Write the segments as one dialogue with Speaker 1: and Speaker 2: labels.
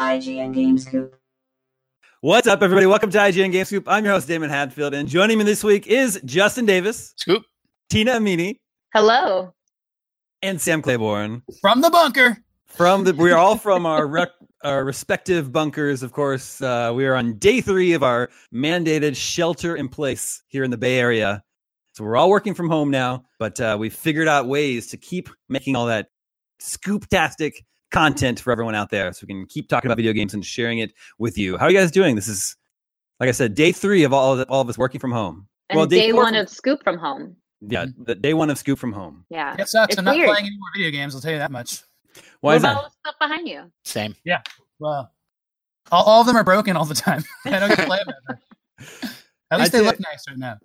Speaker 1: IGN Gamescoop.
Speaker 2: What's up, everybody? Welcome to IGN Game Scoop. I'm your host, Damon Hadfield, and joining me this week is Justin Davis,
Speaker 3: Scoop
Speaker 2: Tina Amini,
Speaker 4: Hello.
Speaker 2: and Sam Claiborne.
Speaker 3: from the bunker.
Speaker 2: From the, we are all from our rec, our respective bunkers. Of course, uh, we are on day three of our mandated shelter in place here in the Bay Area. So we're all working from home now, but uh, we figured out ways to keep making all that scooptastic content for everyone out there, so we can keep talking about video games and sharing it with you. How are you guys doing? This is, like I said, day three of all all of us working from home.
Speaker 4: And day,
Speaker 2: four
Speaker 4: one
Speaker 2: from-
Speaker 4: of Scoop from Home.
Speaker 2: yeah,
Speaker 4: Mm-hmm.
Speaker 2: the day one of scoop from home.
Speaker 4: Yeah.
Speaker 3: It sucks.
Speaker 4: It's
Speaker 3: I'm not
Speaker 4: weird.
Speaker 3: playing any more video games. I'll tell you that much.
Speaker 2: Why
Speaker 4: what
Speaker 2: is
Speaker 4: about
Speaker 2: that?
Speaker 4: all the stuff behind you?
Speaker 5: Same.
Speaker 3: Wow. All, all of them are broken all the time. I don't get to play them ever. At least
Speaker 2: I'd
Speaker 3: they
Speaker 2: say-
Speaker 3: look nice right now.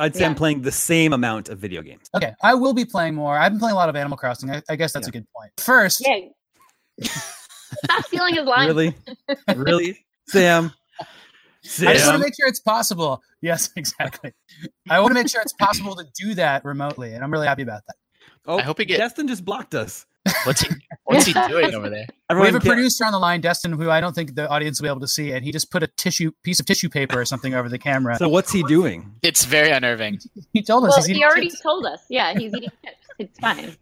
Speaker 2: I'd say I'm
Speaker 4: Yeah.
Speaker 2: playing the same amount of video games.
Speaker 3: Okay, I will be playing more. I've been playing a lot of Animal Crossing. I, I guess that's a good point. First,
Speaker 4: Yeah. Stop stealing his line.
Speaker 2: Really? really? Sam?
Speaker 3: I just want
Speaker 2: Sam?
Speaker 3: to make sure it's possible. Yes, exactly. I want to make sure it's possible to do that remotely, and I'm really happy about that.
Speaker 2: Oh,
Speaker 5: I hope he get-
Speaker 2: Destin just blocked us.
Speaker 5: What's he What's he doing over there?
Speaker 3: We have a
Speaker 2: Everyone can-
Speaker 3: producer on the line, Destin, who I don't think the audience will be able to see, and he just put a tissue piece of tissue paper or something over the camera.
Speaker 2: So what's he doing?
Speaker 5: It's very unnerving.
Speaker 3: Oh, he told us
Speaker 4: Well,
Speaker 3: he's
Speaker 4: he
Speaker 3: eating
Speaker 4: already
Speaker 3: chips.
Speaker 4: told us. Yeah, he's eating chips. It's fine.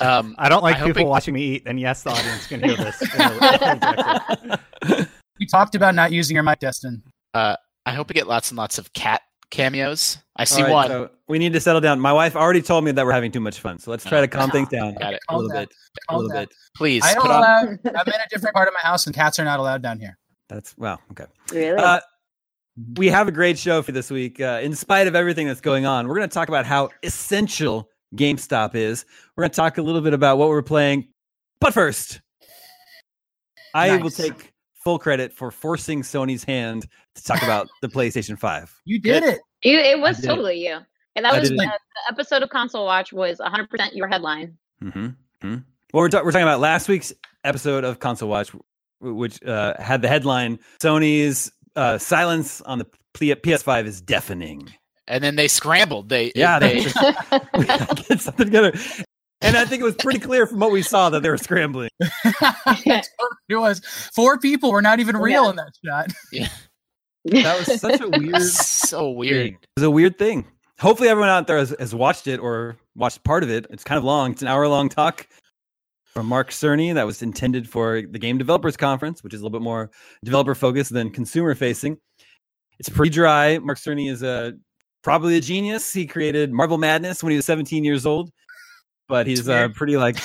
Speaker 5: Um,
Speaker 6: I don't like
Speaker 5: I hope
Speaker 6: people
Speaker 5: it-
Speaker 6: watching me eat, and yes, the audience can hear this. in a- in a-
Speaker 3: We talked about not using your mic, Destin.
Speaker 5: I hope we get lots and lots of cat cameos. I see
Speaker 2: All right,
Speaker 5: one.
Speaker 2: so we need to settle down. My wife already told me that we're having too much fun, so let's try to calm things down
Speaker 5: Got it.
Speaker 2: a little bit. A
Speaker 3: Calm
Speaker 2: little
Speaker 3: down.
Speaker 2: bit.
Speaker 5: Please
Speaker 3: I don't
Speaker 5: put on.
Speaker 3: allow. I'm in a different part of my house, and cats are not allowed down here.
Speaker 2: That's wow. Okay.
Speaker 4: Really?
Speaker 2: Uh, we have a great show for this week. Uh, in spite of everything that's going on, we're going to talk about how essential GameStop is. We're going to talk a little bit about what we're playing. But first, I will
Speaker 3: Nice.
Speaker 2: take full credit for forcing Sony's hand to talk about the PlayStation 5.
Speaker 3: You did
Speaker 5: Good.
Speaker 3: it.
Speaker 4: you, it was
Speaker 2: did it.
Speaker 4: totally you. And that
Speaker 2: I
Speaker 4: was uh,
Speaker 2: did it.
Speaker 4: the episode of Console Watch was 100% your headline.
Speaker 2: Mm-hmm. hmm Well, we're, ta- we're talking about last week's episode of Console Watch, w- which uh, had the headline Sony's uh, silence on the P- PS5 is deafening.
Speaker 5: And then they scrambled. They
Speaker 2: Yeah, they
Speaker 5: They,
Speaker 2: just get something together. And I think it was pretty clear from what we saw that they were scrambling.
Speaker 3: It was four people were not even
Speaker 2: Oh,
Speaker 3: real
Speaker 4: Yeah.
Speaker 3: in that shot.
Speaker 2: That was such a weird,
Speaker 5: so
Speaker 2: thing.
Speaker 5: weird.
Speaker 2: It was a weird thing. Hopefully, everyone out there has, has watched it or watched part of it. It's kind of long. It's an hour long talk from Mark Cerny that was intended for the Game Developers Conference, which is a little bit more developer focused than consumer facing. It's pretty dry. Mark Cerny is a probably a genius. He created Marvel Madness when he was 17 years old, but he's uh,
Speaker 3: weird.
Speaker 2: pretty like.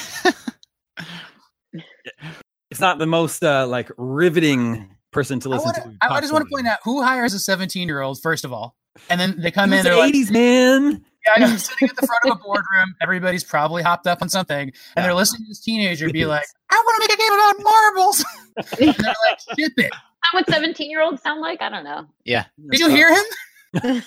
Speaker 2: it's not the most uh, like riveting person to
Speaker 3: I,
Speaker 2: listen
Speaker 3: wanna-
Speaker 2: to.
Speaker 3: I- I
Speaker 2: talk
Speaker 3: just want to
Speaker 2: something.
Speaker 3: point out who hires a 17 year old first of all, and then they
Speaker 2: He
Speaker 3: come
Speaker 2: was
Speaker 3: in. They're
Speaker 2: an
Speaker 3: like,
Speaker 2: 80s man.
Speaker 3: yeah, I know, I'm sitting at the front of a boardroom. Everybody's probably hopped up on something, and
Speaker 2: Yeah.
Speaker 3: they're listening to this teenager be
Speaker 2: Idiots.
Speaker 3: like, "I want to make a game about marbles." and they're like, "Ship it."
Speaker 4: Not what 17 year olds sound like? I don't know.
Speaker 3: Did you hear him?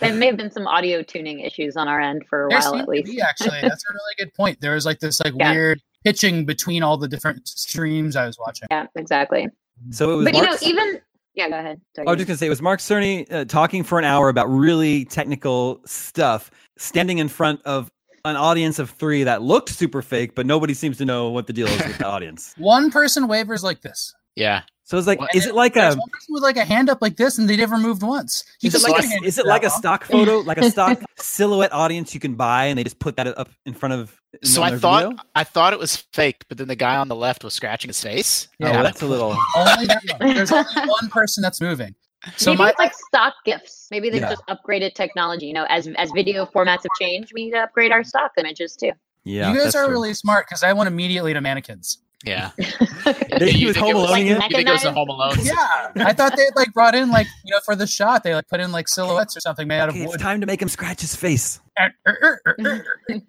Speaker 4: there may have been some audio tuning issues on our end for a
Speaker 3: There
Speaker 4: while,
Speaker 3: seemed
Speaker 4: at
Speaker 3: to
Speaker 4: least.
Speaker 3: be, actually, that's a really good point. There was like this like
Speaker 4: Yeah.
Speaker 3: weird pitching between all the different streams I was watching.
Speaker 4: Yeah, exactly.
Speaker 2: So it was.
Speaker 4: But
Speaker 2: Mark, Oh,
Speaker 4: you know, even. Yeah, go ahead. Sorry.
Speaker 2: I was just gonna say it was Mark Cerny uh, talking for an hour about really technical stuff, standing in front of an audience of three that looked super fake, but nobody seems to know what the deal is with the audience.
Speaker 3: One person wavers like this.
Speaker 5: Yeah.
Speaker 2: So it's like,
Speaker 5: What?
Speaker 2: is it like
Speaker 3: There's
Speaker 2: a
Speaker 3: one person with like a hand up like this, and they never moved once. He
Speaker 2: is it
Speaker 3: just
Speaker 2: like
Speaker 3: stuck
Speaker 2: a,
Speaker 3: hand
Speaker 2: is it
Speaker 3: that
Speaker 2: like a
Speaker 3: long.
Speaker 2: stock photo, like a stock silhouette audience you can buy, and they just put that up in front of? in
Speaker 5: So
Speaker 2: on
Speaker 5: I
Speaker 2: their
Speaker 5: thought
Speaker 2: video?
Speaker 5: I thought it was fake, but then the guy on the left was scratching his face.
Speaker 2: oh,
Speaker 5: And
Speaker 2: well,
Speaker 5: I'm
Speaker 2: that's a little.
Speaker 3: Only that one. There's only one person that's moving. So
Speaker 4: Maybe
Speaker 3: my
Speaker 4: it's like stock gifts. Maybe they've
Speaker 2: Yeah.
Speaker 4: just upgraded technology. You know, as as video formats have changed, we need to upgrade our stock images too.
Speaker 2: Yeah,
Speaker 3: you guys
Speaker 2: that's
Speaker 3: are
Speaker 2: true.
Speaker 3: really smart because I went immediately to mannequins.
Speaker 5: yeah.
Speaker 2: They-
Speaker 5: You
Speaker 2: he was
Speaker 5: think it
Speaker 2: home alone
Speaker 5: was
Speaker 4: like
Speaker 2: again.
Speaker 4: Mac-
Speaker 5: You think it was the Home Alone?
Speaker 3: Yeah, I thought they had like brought in like you know for the shot they like put in like silhouettes or something made out of
Speaker 2: Okay, it's
Speaker 3: wood.
Speaker 2: time to make him scratch his face.
Speaker 3: Er, er, er, er, er.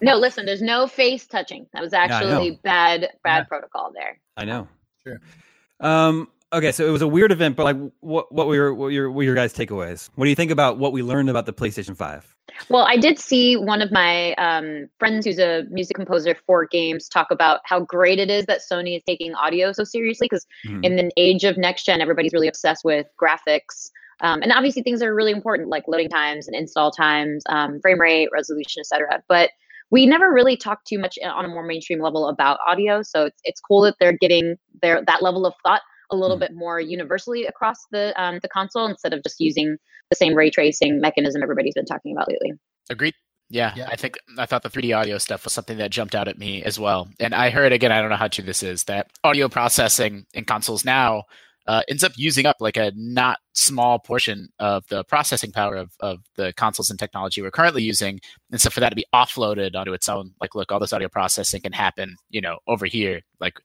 Speaker 4: No, listen, there's no face touching. That was
Speaker 2: I know.
Speaker 4: actually bad bad
Speaker 3: Yeah.
Speaker 4: protocol there.
Speaker 2: I know.
Speaker 3: Sure.
Speaker 2: Um, okay, so it was a weird event, but like, what what were your what your what were your guys' takeaways? What do you think about what we learned about the PlayStation Five?
Speaker 4: Well, I did see one of my um, friends who's a music composer for games talk about how great it is that Sony is taking audio so seriously because
Speaker 2: Mhm.
Speaker 4: in the age of next gen, everybody's really obsessed with graphics. Um, and obviously, things that are really important like loading times and install times, um, frame rate, resolution, etc. But we never really talk too much eh, on a more mainstream level about audio. So it's it's cool that they're getting their that level of thought a little
Speaker 2: Hmm.
Speaker 4: bit more universally across the um, the console instead of just using the same ray tracing mechanism everybody's been talking about lately.
Speaker 5: Agreed. Yeah,
Speaker 3: Yeah.
Speaker 5: I think I thought the 3D audio stuff was something that jumped out at me as well. And I heard again, I don't know how true this is, that audio processing in consoles now uh, ends up using up like a not small portion of the processing power of, of the consoles and technology we're currently using. And so for that to be offloaded onto its own, like, look, all this audio processing can happen, you know, over here, like,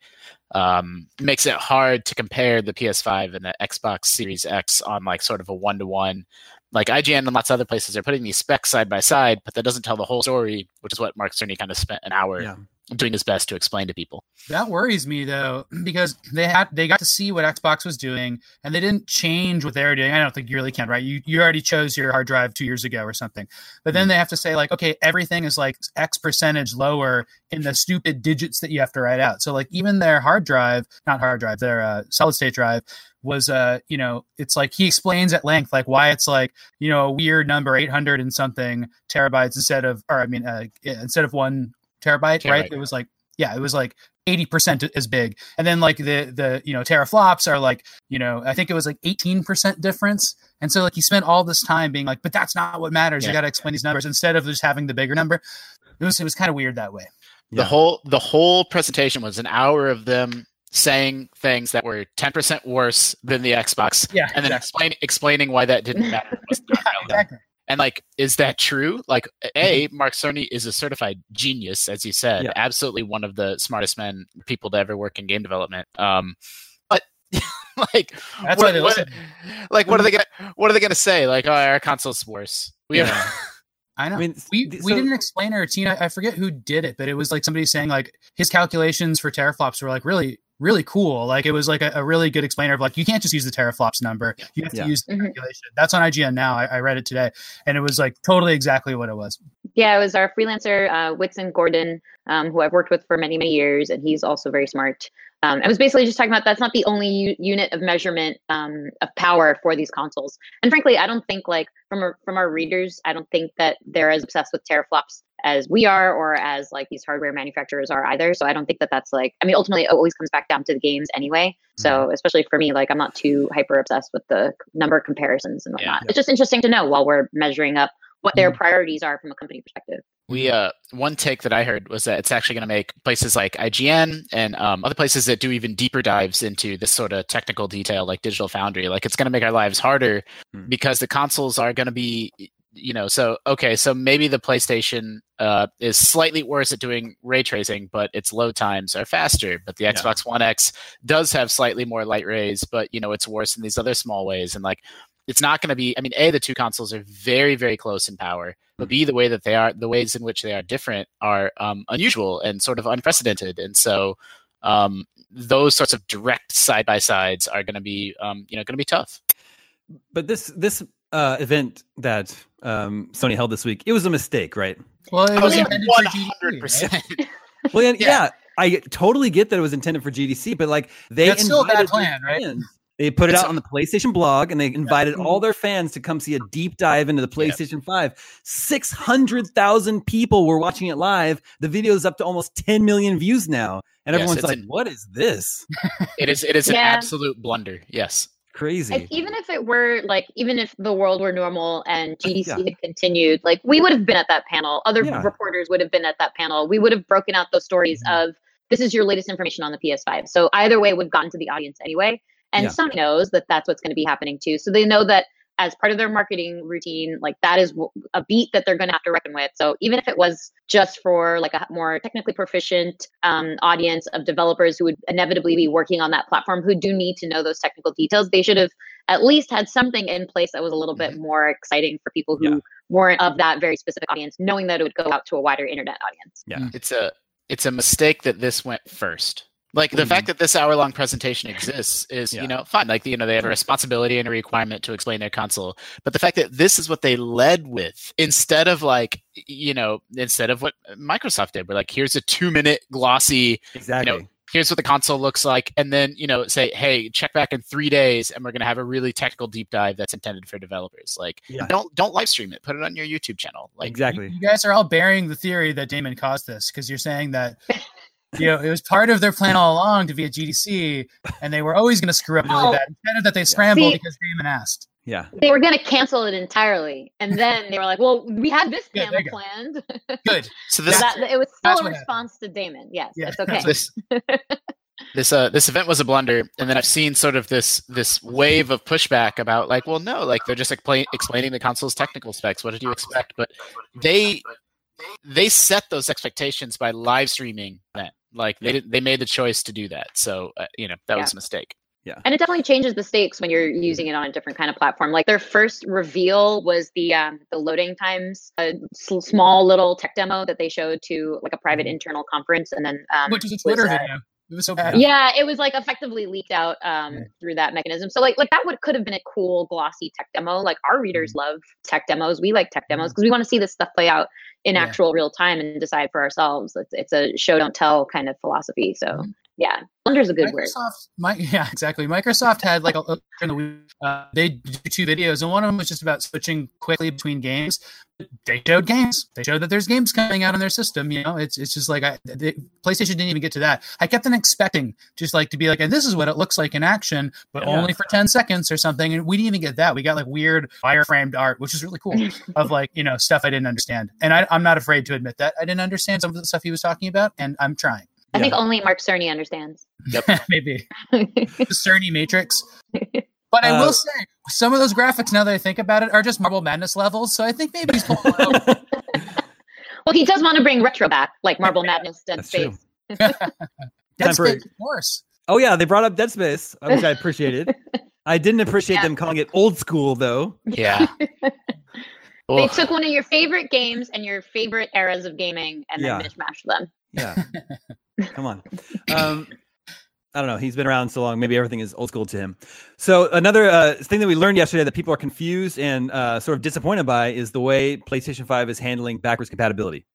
Speaker 5: um, makes it hard to compare the PS5 and the Xbox Series X on like sort of a one to one like IGN and lots of other places are putting these specs side by side, but that doesn't tell the whole story, which is what Mark Cerny kind of spent an hour
Speaker 2: Yeah.
Speaker 5: doing his best to explain to people.
Speaker 3: That worries me though, because they had they got to see what Xbox was doing, and they didn't change what they were doing. I don't think you really can, right? You you already chose your hard drive two years ago or something, but then they have to say like, okay, everything is like X percentage lower in the stupid digits that you have to write out. So like even their hard drive, not hard drive, their uh, solid state drive was uh you know it's like he explains at length like why it's like you know a weird number 800 and something terabytes instead of or i mean uh, instead of one terabyte right
Speaker 5: Terabyte.
Speaker 3: it was like yeah it was like 80% as big and then like the the you know teraflops are like you know i think it was like 18% difference and so like he spent all this time being like but that's not what matters you
Speaker 5: Yeah.
Speaker 3: got to explain these numbers instead of just having the bigger number it was it was kind of weird that way
Speaker 2: Yeah.
Speaker 5: The whole the whole presentation was an hour of them saying things that were ten percent worse than the Xbox,
Speaker 3: yeah
Speaker 5: and then explain explaining why that didn't matter. was not relevant.
Speaker 3: exactly
Speaker 5: And like, is that true? Like, a Mark Cerny is a certified genius, as you said,
Speaker 2: Mm-hmm. Yeah.
Speaker 5: absolutely one of the smartest men people to ever work in game development. Um, but like,
Speaker 3: That's why
Speaker 5: what,
Speaker 3: they
Speaker 5: what-
Speaker 3: listen.
Speaker 5: like, what are they gonna, what are they gonna say? Like, oh, our console's worse. We have-
Speaker 2: Yeah.
Speaker 3: i know
Speaker 2: I mean,
Speaker 3: we,
Speaker 2: th-
Speaker 3: we
Speaker 2: so-
Speaker 3: didn't explain a routine. I, I forget who did it, but it was like somebody saying like his calculations for teraflops were like really really cool. Like it was like a, a really good explainer of like you can't just use the teraflops number. You have
Speaker 2: Yeah.
Speaker 3: to use the
Speaker 4: Mhm.
Speaker 3: calculation. That's on IGN now. I, I read it today, and it was like totally exactly what it was.
Speaker 4: Yeah, it was our freelancer, uh, Whitson Gordon, um, who I've worked with for many, many years, and he's also very smart. Um, I was basically just talking about that's not the only u- unit of measurement um, of power for these consoles. And frankly, I don't think like from our, from our readers, I don't think that they're as obsessed with teraflops as we are, or as like these hardware manufacturers are either. So I don't think that that's like. I mean, ultimately, it always comes back down to the games anyway. So especially for me, like I'm not too hyper obsessed with the number comparisons and
Speaker 5: Yeah.
Speaker 4: whatnot. It's just interesting to know while we're measuring up what their priorities are from a company perspective.
Speaker 5: we
Speaker 2: Mm-hmm.
Speaker 5: uh, one take that I heard was that it's actually gonna make places like IGN and um, other places that do even deeper dives into this sort of technical detail, like Digital Foundry, like it's gonna make our lives harder
Speaker 2: Hmm.
Speaker 5: because the consoles are gonna be you know so okay so maybe the playstation uh, is slightly worse at doing ray tracing but its load times are faster but the
Speaker 2: Yeah.
Speaker 5: xbox one x does have slightly more light rays but you know it's worse in these other small ways and like it's not going to be i mean a the two consoles are very very close in power but b the way that they are the ways in which they are different are um, unusual and sort of unprecedented and so um, those sorts of direct side by sides are going to be um, you know going to be tough
Speaker 2: but this this uh, event that um, Sony held this week, it was a mistake, right?
Speaker 3: Well, it
Speaker 5: I
Speaker 3: was
Speaker 5: mean,
Speaker 3: intended for GDC. right?
Speaker 5: 100%
Speaker 2: Well, yeah,
Speaker 5: Yeah.
Speaker 2: yeah, I totally get that it was intended for GDC, but like they
Speaker 3: That's still a bad
Speaker 2: invited
Speaker 3: plan,
Speaker 2: their
Speaker 3: right?
Speaker 2: fans. They put it
Speaker 5: It's-
Speaker 2: out on the PlayStation blog, and they invited all their fans to come see a deep dive into the PlayStation Five. Six hundred thousand people were watching it live. The video is up to almost ten million views now, and
Speaker 5: Yes,
Speaker 2: everyone's
Speaker 5: it's
Speaker 2: like,
Speaker 5: an-
Speaker 2: "What is this?
Speaker 5: It is. It is an
Speaker 4: Yeah.
Speaker 5: absolute blunder. Yes.
Speaker 2: Crazy."
Speaker 4: Like, even if it were like, even if the world were normal and GDC
Speaker 2: Yeah.
Speaker 4: had continued, like we would have been at that panel. Other
Speaker 2: Yeah.
Speaker 4: reporters would have been at that panel. We would have broken out those stories
Speaker 2: Mm-hmm.
Speaker 4: of this is your latest information on the PS5. So either way, would have gotten to the audience anyway. And
Speaker 2: Yeah.
Speaker 4: Sony knows that that's what's going to be happening too. So they know that as part of their marketing routine, like that is wh- a beat that they're going to have to reckon with. So even if it was just for like a more technically proficient um, audience of developers who would inevitably be working on that platform who do need to know those technical details, they should have at least had something in place that was a little bit
Speaker 3: Mm-hmm.
Speaker 4: more exciting for people who
Speaker 2: Yeah.
Speaker 4: weren't of that very specific audience, knowing that it would go out to a wider internet audience.
Speaker 5: Mm. It's a. It's a mistake that this went first. Like the fact that this hour-long presentation exists is,
Speaker 2: Mm-hmm. Yeah.
Speaker 5: you know, fine. Like you know, they have a responsibility and a requirement to explain their console. But the fact that this is what they led with instead of like, you know, instead of what Microsoft did, we're like, here's a two-minute glossy
Speaker 2: exactly.
Speaker 5: here's what the console looks like, and then you know say, hey, check back in three days, and we're gonna have a really technical deep dive that's intended for developers. Like,
Speaker 2: Yeah.
Speaker 5: don't don't live stream it. Put it on your YouTube channel. Like,
Speaker 2: exactly.
Speaker 3: You guys are all burying the theory that Damon caused this because you're saying that you know it was part of their plan all along to be a GDC, and they were always going to screw up really
Speaker 4: Oh.
Speaker 3: bad. Instead of that, they scrambled
Speaker 4: See-
Speaker 3: because Damon asked.
Speaker 2: yeah.
Speaker 4: They were going to cancel it entirely, and then they were like, "Well, we had this
Speaker 3: Yeah,
Speaker 4: panel
Speaker 3: there you go.
Speaker 4: planned."
Speaker 3: Good.
Speaker 5: So
Speaker 4: So
Speaker 5: this
Speaker 4: that, it was still
Speaker 3: that's
Speaker 4: a
Speaker 3: what happened.
Speaker 4: response to Damon. Yes,
Speaker 3: Yeah,
Speaker 4: it's okay.
Speaker 5: this this uh this event was a blunder and then i've seen sort of this this wave of pushback about like well no like they're just explain, explaining the console's technical specs what did you expect but they they set those expectations by live streaming that like they did, they made the choice to do that so uh, you know that was a mistake
Speaker 4: And it definitely changes the stakes when you're
Speaker 3: Mm-hmm.
Speaker 4: using it on a different kind of platform. Like their first reveal was the um, the loading times, a s- small little tech demo that they showed to like a private
Speaker 3: Mm-hmm.
Speaker 4: internal conference, and then um,
Speaker 3: Which is a Twitter
Speaker 4: uh,
Speaker 3: video. It was so bad.
Speaker 4: yeah, it was like effectively leaked out um,
Speaker 3: Yeah.
Speaker 4: through that mechanism. So like like that would could have been a cool glossy tech demo. Like our readers love tech demos. We like tech demos because we want to see this stuff play out in
Speaker 3: Yeah.
Speaker 4: actual real time and decide for ourselves. It's, it's a show don't tell kind of philosophy. So
Speaker 3: Mhm.
Speaker 4: yeah, blunder's a good word.
Speaker 3: Microsoft, my, yeah, exactly. Microsoft had like a, during the week, uh, they did two videos, and one of them was just about switching quickly between games. They showed games. They showed that there's games coming out on their system. You know, it's it's just like I, the, PlayStation didn't even get to that. I kept on expecting just like to be like, and this is what it looks like in action, but
Speaker 2: Yeah.
Speaker 3: only for ten seconds or something. And we didn't even get that. We got like weird wireframed art, which is really cool of like you know stuff I didn't understand. And I, I'm not afraid to admit that I didn't understand some of the stuff he was talking about, and I'm trying.
Speaker 4: I think only Mark Cerny understands.
Speaker 3: Maybe the Cerny Matrix. But I
Speaker 2: Uh,
Speaker 3: will say, some of those graphics, now that I think about it, are just Marble Madness levels. So I think maybe he's pulling one over.
Speaker 4: Well, he does want to bring retro back, like Marble Madness, Dead
Speaker 2: That's
Speaker 4: Space.
Speaker 2: true.
Speaker 3: Dead
Speaker 2: Temporary.
Speaker 3: Space, of course.
Speaker 2: Oh yeah, they brought up Dead Space, uh, which I appreciated. I didn't appreciate them calling it old school though.
Speaker 5: yeah
Speaker 4: They
Speaker 5: Well,
Speaker 4: took one of your favorite games and your favorite eras of gaming and
Speaker 2: Yeah.
Speaker 4: then mishmash them.
Speaker 2: Yeah. Come on. Um, I don't know. He's been around so long. Maybe everything is old school to him. So another uh, thing that we learned yesterday that people are confused and uh, sort of disappointed by is the way PlayStation Five is handling backwards compatibility.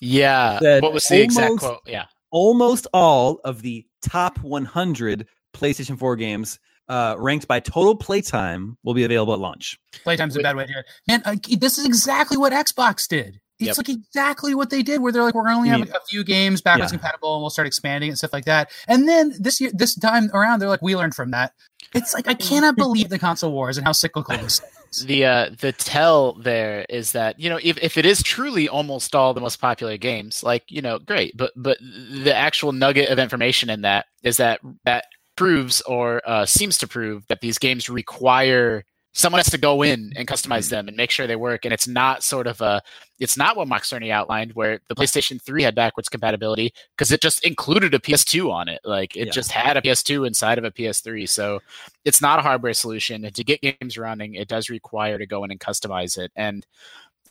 Speaker 5: yeah
Speaker 2: Said
Speaker 5: what was the exact
Speaker 2: almost-
Speaker 5: quote yeah
Speaker 2: Almost all of the top 100 PlayStation Four games. Uh, ranked by total playtime will be available at launch.
Speaker 3: Playtime's a bad way to do it. Man, I, this is exactly what Xbox did.
Speaker 5: Yep.
Speaker 3: It's like exactly what they did, where they're like, we're only
Speaker 2: You
Speaker 3: have
Speaker 2: mean-
Speaker 3: a few games backwards
Speaker 2: Yeah.
Speaker 3: compatible, and we'll start expanding and stuff like that. And then this year, this time around, they're like, we learned from that. It's like I cannot believe the console wars and how cyclical this.
Speaker 5: the uh, the tell there is that you know if, if it is truly almost all the most popular games like you know great but but the actual nugget of information in that is that that proves or uh, seems to prove that these games require someone has to go in and customize them and make sure they work and it's not sort of a it's not what Mark Cerny outlined where the PlayStation 3 had backwards compatibility because it just included a PS2 on it like it
Speaker 2: Yeah.
Speaker 5: just had a PS2 inside of a PS3 so it's not a hardware solution. And to get games running, it does require to go in and customize it. And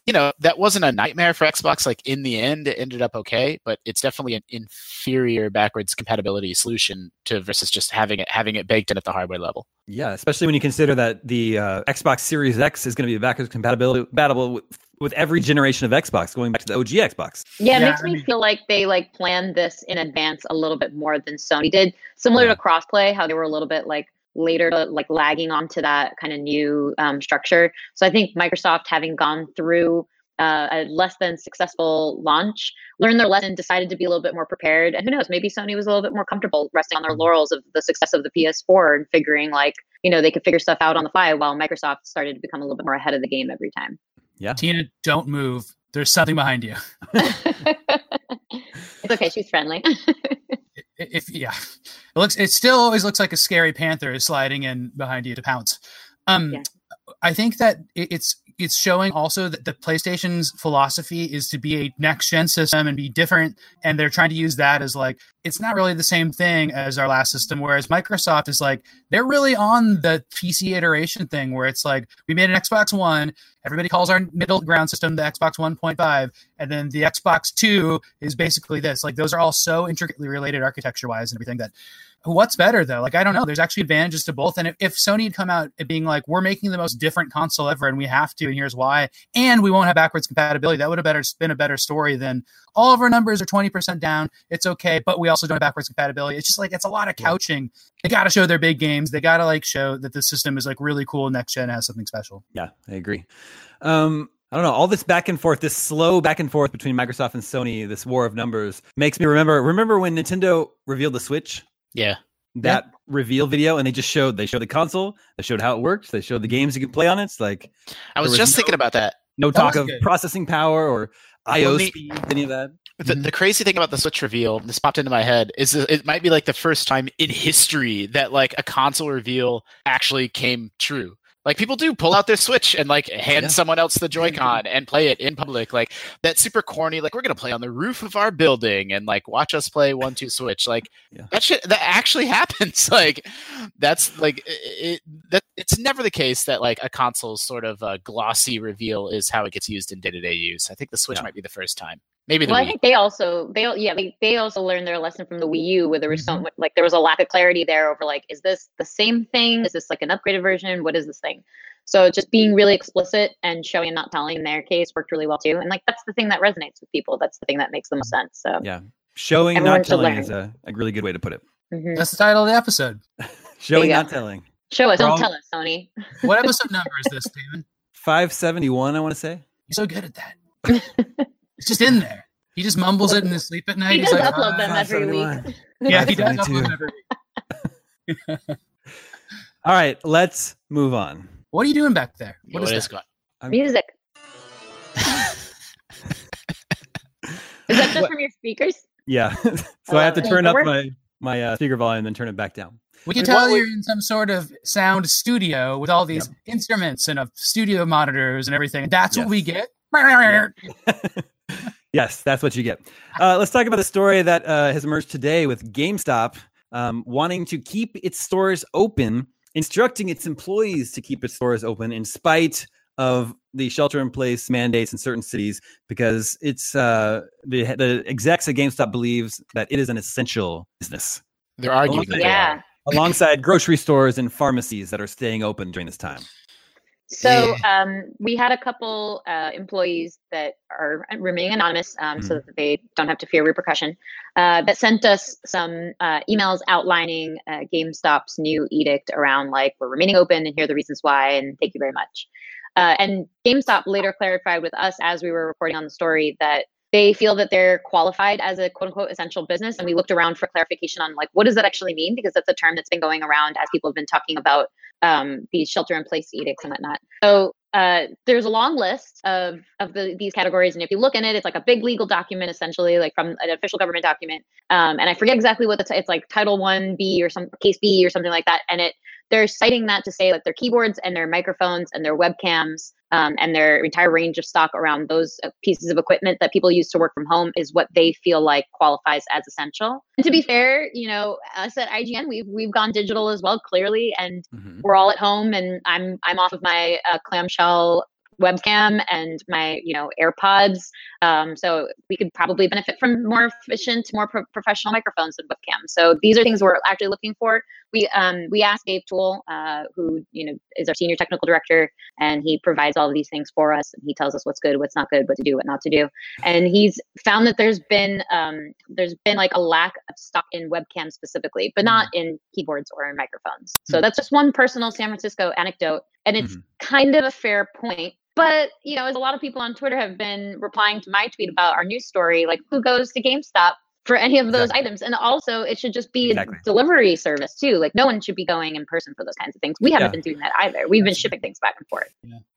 Speaker 5: you know that wasn't a nightmare for Xbox. Like in the end, it ended up okay, but it's definitely an inferior backwards compatibility solution to versus just having it having it baked in at the hardware level.
Speaker 2: Yeah, especially when you consider that the uh, Xbox Series X is going to be backwards compatibility compatible with, with every generation of Xbox, going back to the OG Xbox.
Speaker 4: Yeah, it
Speaker 3: Yeah,
Speaker 4: makes
Speaker 3: I
Speaker 4: me
Speaker 3: mean-
Speaker 4: feel like they like planned this in advance a little bit more than Sony did. Similar
Speaker 2: Yeah.
Speaker 4: to crossplay, how they were a little bit like later, but, like lagging onto that kind of new um, structure. So I think Microsoft, having gone through uh, a less than successful launch, learned their lesson, decided to be a little bit more prepared. And who knows, maybe Sony was a little bit more comfortable resting on their laurels of the success of the PS4 and figuring like you know they could figure stuff out on the fly, while Microsoft started to become a little bit more ahead of the game every time.
Speaker 3: Tina, don't move. There's something behind you.
Speaker 4: it's okay, she's friendly.
Speaker 3: I- if yeah, it looks it still always looks like a scary panther is sliding in behind you to pounce. Um,
Speaker 4: Yeah.
Speaker 3: I think that it, it's it's showing also that the PlayStation's philosophy is to be a next gen system and be different, and they're trying to use that as like it's not really the same thing as our last system. Whereas Microsoft is like they're really on the PC iteration thing where it's like we made an Xbox One, everybody calls our middle ground system the Xbox One point five, and then the Xbox Two is basically this. Like those are all so intricately related architecture wise and everything that what's better though? Like I don't know. There's actually advantages to both. And if, if Sony had come out it being like, we're making the most different console ever, and we have to, and here's why, and we won't have backwards compatibility, that would have better been a better story than all of our numbers are 20% down. It's okay, but we also don't have backwards compatibility. It's just like it's a lot of couching. They got to show their big games. They got to like show that the system is like really cool. Next gen has something special.
Speaker 2: Yeah, I agree. Um, I don't know. All this back and forth, this slow back and forth between Microsoft and Sony, this war of numbers, makes me remember. Remember when Nintendo revealed the Switch?
Speaker 5: Yeah.
Speaker 2: That reveal video, and they just showed they showed the console, they showed how it worked, they showed the games you could play on it. It's like
Speaker 5: I was,
Speaker 2: was
Speaker 5: just
Speaker 2: no-
Speaker 5: thinking about that.
Speaker 2: no
Speaker 3: That
Speaker 2: talk
Speaker 3: was
Speaker 2: of
Speaker 3: good.
Speaker 2: processing power or I/O
Speaker 5: Let me-
Speaker 2: speed, any of that.
Speaker 5: The, the crazy thing about the Switch reveal, this popped into my head, is that it might be like the first time in history that like a console reveal actually came true. Like people do pull out their Switch and like hand
Speaker 2: Yeah. Mm-hmm.
Speaker 5: someone else the Joy-Con and play it in public. Like that super corny, like we're gonna play on the roof of our building and like watch us play one two Switch. Like
Speaker 2: Yeah.
Speaker 5: that shit that actually happens. Like that's like it, it- that it's never the case that like a console's sort of uh, glossy reveal is how it gets used in day-to-day use. I think the Switch
Speaker 2: Yeah.
Speaker 5: might be the first time. Maybe the
Speaker 4: Well, I
Speaker 5: Wii.
Speaker 4: think they also they al- yeah they, they also learned their lesson from the Wii U where there was so much like there was a lack of clarity there over like is this the same thing is this like an upgraded version what is this thing so just being really explicit and showing and not telling in their case worked really well too and like that's the thing that resonates with people that's the thing that makes the most sense so
Speaker 2: Yeah. Showing,
Speaker 4: Everyone
Speaker 2: not
Speaker 4: should
Speaker 2: telling
Speaker 4: learn.
Speaker 2: is a, a really good way to put it.
Speaker 4: mhm.
Speaker 3: That's the title of the episode.
Speaker 2: Showing,
Speaker 4: go.
Speaker 2: not telling.
Speaker 4: show us
Speaker 2: we're
Speaker 4: don't
Speaker 2: all-
Speaker 4: tell us Sony
Speaker 3: What episode number is this, Damon?
Speaker 2: 571, I want to say.
Speaker 3: You're so good at that. it's just in there. He just mumbles it in his sleep at night.
Speaker 4: he
Speaker 3: He's
Speaker 4: does
Speaker 3: like,
Speaker 4: upload them
Speaker 2: "Ah,
Speaker 4: every week
Speaker 2: 71."
Speaker 3: yeah, he does
Speaker 2: That's funny,
Speaker 3: upload
Speaker 2: too.
Speaker 3: them every week.
Speaker 2: All right, let's move on.
Speaker 3: What are you doing back there?
Speaker 5: what is,
Speaker 3: that?
Speaker 5: going?
Speaker 4: music is that just
Speaker 2: What-
Speaker 4: from your speakers
Speaker 2: Yeah. so I have to
Speaker 4: Uh,
Speaker 2: turn up
Speaker 4: we're-
Speaker 2: my my uh, speaker volume and then turn it back down.
Speaker 3: We can
Speaker 2: What
Speaker 3: tell
Speaker 2: would-
Speaker 3: you're in some sort of sound studio with all these instruments and a studio monitors and everything. That's
Speaker 2: Yes.
Speaker 3: what we get.
Speaker 2: Yes, that's what you get. Uh, let's talk about the story that uh, has emerged today with GameStop um, wanting to keep its stores open, instructing its employees to keep its stores open in spite of the shelter-in-place mandates in certain cities, because it's uh, the the execs at GameStop believes that it is an essential business,
Speaker 5: They're arguing. that they
Speaker 4: yeah
Speaker 5: are.
Speaker 2: alongside grocery stores and pharmacies that are staying open during this time.
Speaker 4: So um, we had a couple uh, employees that are remaining anonymous um, so that they don't have to fear repercussion uh, that sent us some uh, emails outlining uh, GameStop's new edict around like we're remaining open and here are the reasons why and thank you very much. Uh, and GameStop later clarified with us as we were reporting on the story that they feel that they're qualified as a quote unquote essential business. And we looked around for clarification on like what does that actually mean because that's a term that's been going around as people have been talking about um, these shelter in place edicts and whatnot. So uh, there's a long list of of the, these categories, and if you look in it, it's like a big legal document, essentially, like from an official government document. Um, and I forget exactly what the t- it's like, Title One B or some Case B or something like that. And it they're citing that to say like their keyboards and their microphones and their webcams um, and their entire range of stock around those uh, pieces of equipment that people use to work from home is what they feel like qualifies as essential. And to be fair, you know, us at IGN, we've we've gone digital as well, clearly, and
Speaker 2: Mm-hmm.
Speaker 4: we're all at home and i'm i'm off of my uh, clamshell webcam and my you know airpods um, so we could probably benefit from more efficient more pro- professional microphones and webcams so these are things we're actually looking for we um, we asked dave toole uh, who you know is our senior technical director and he provides all of these things for us and he tells us what's good what's not good what to do what not to do and he's found that there's been um, there's been like a lack of stock in webcams specifically but not
Speaker 2: Mm.
Speaker 4: in keyboards or in microphones so
Speaker 2: Hmm.
Speaker 4: that's just one personal san francisco anecdote and it's
Speaker 2: Mm-hmm.
Speaker 4: kind of a fair point but you know as a lot of people on twitter have been replying to my tweet about our news story like who goes to gamestop for any of those
Speaker 2: Exactly.
Speaker 4: items and also it should just be
Speaker 2: Exactly.
Speaker 4: a delivery service too like no one should be going in person for those kinds of things we haven't
Speaker 2: Yeah.
Speaker 4: been doing that either we've been shipping things back and forth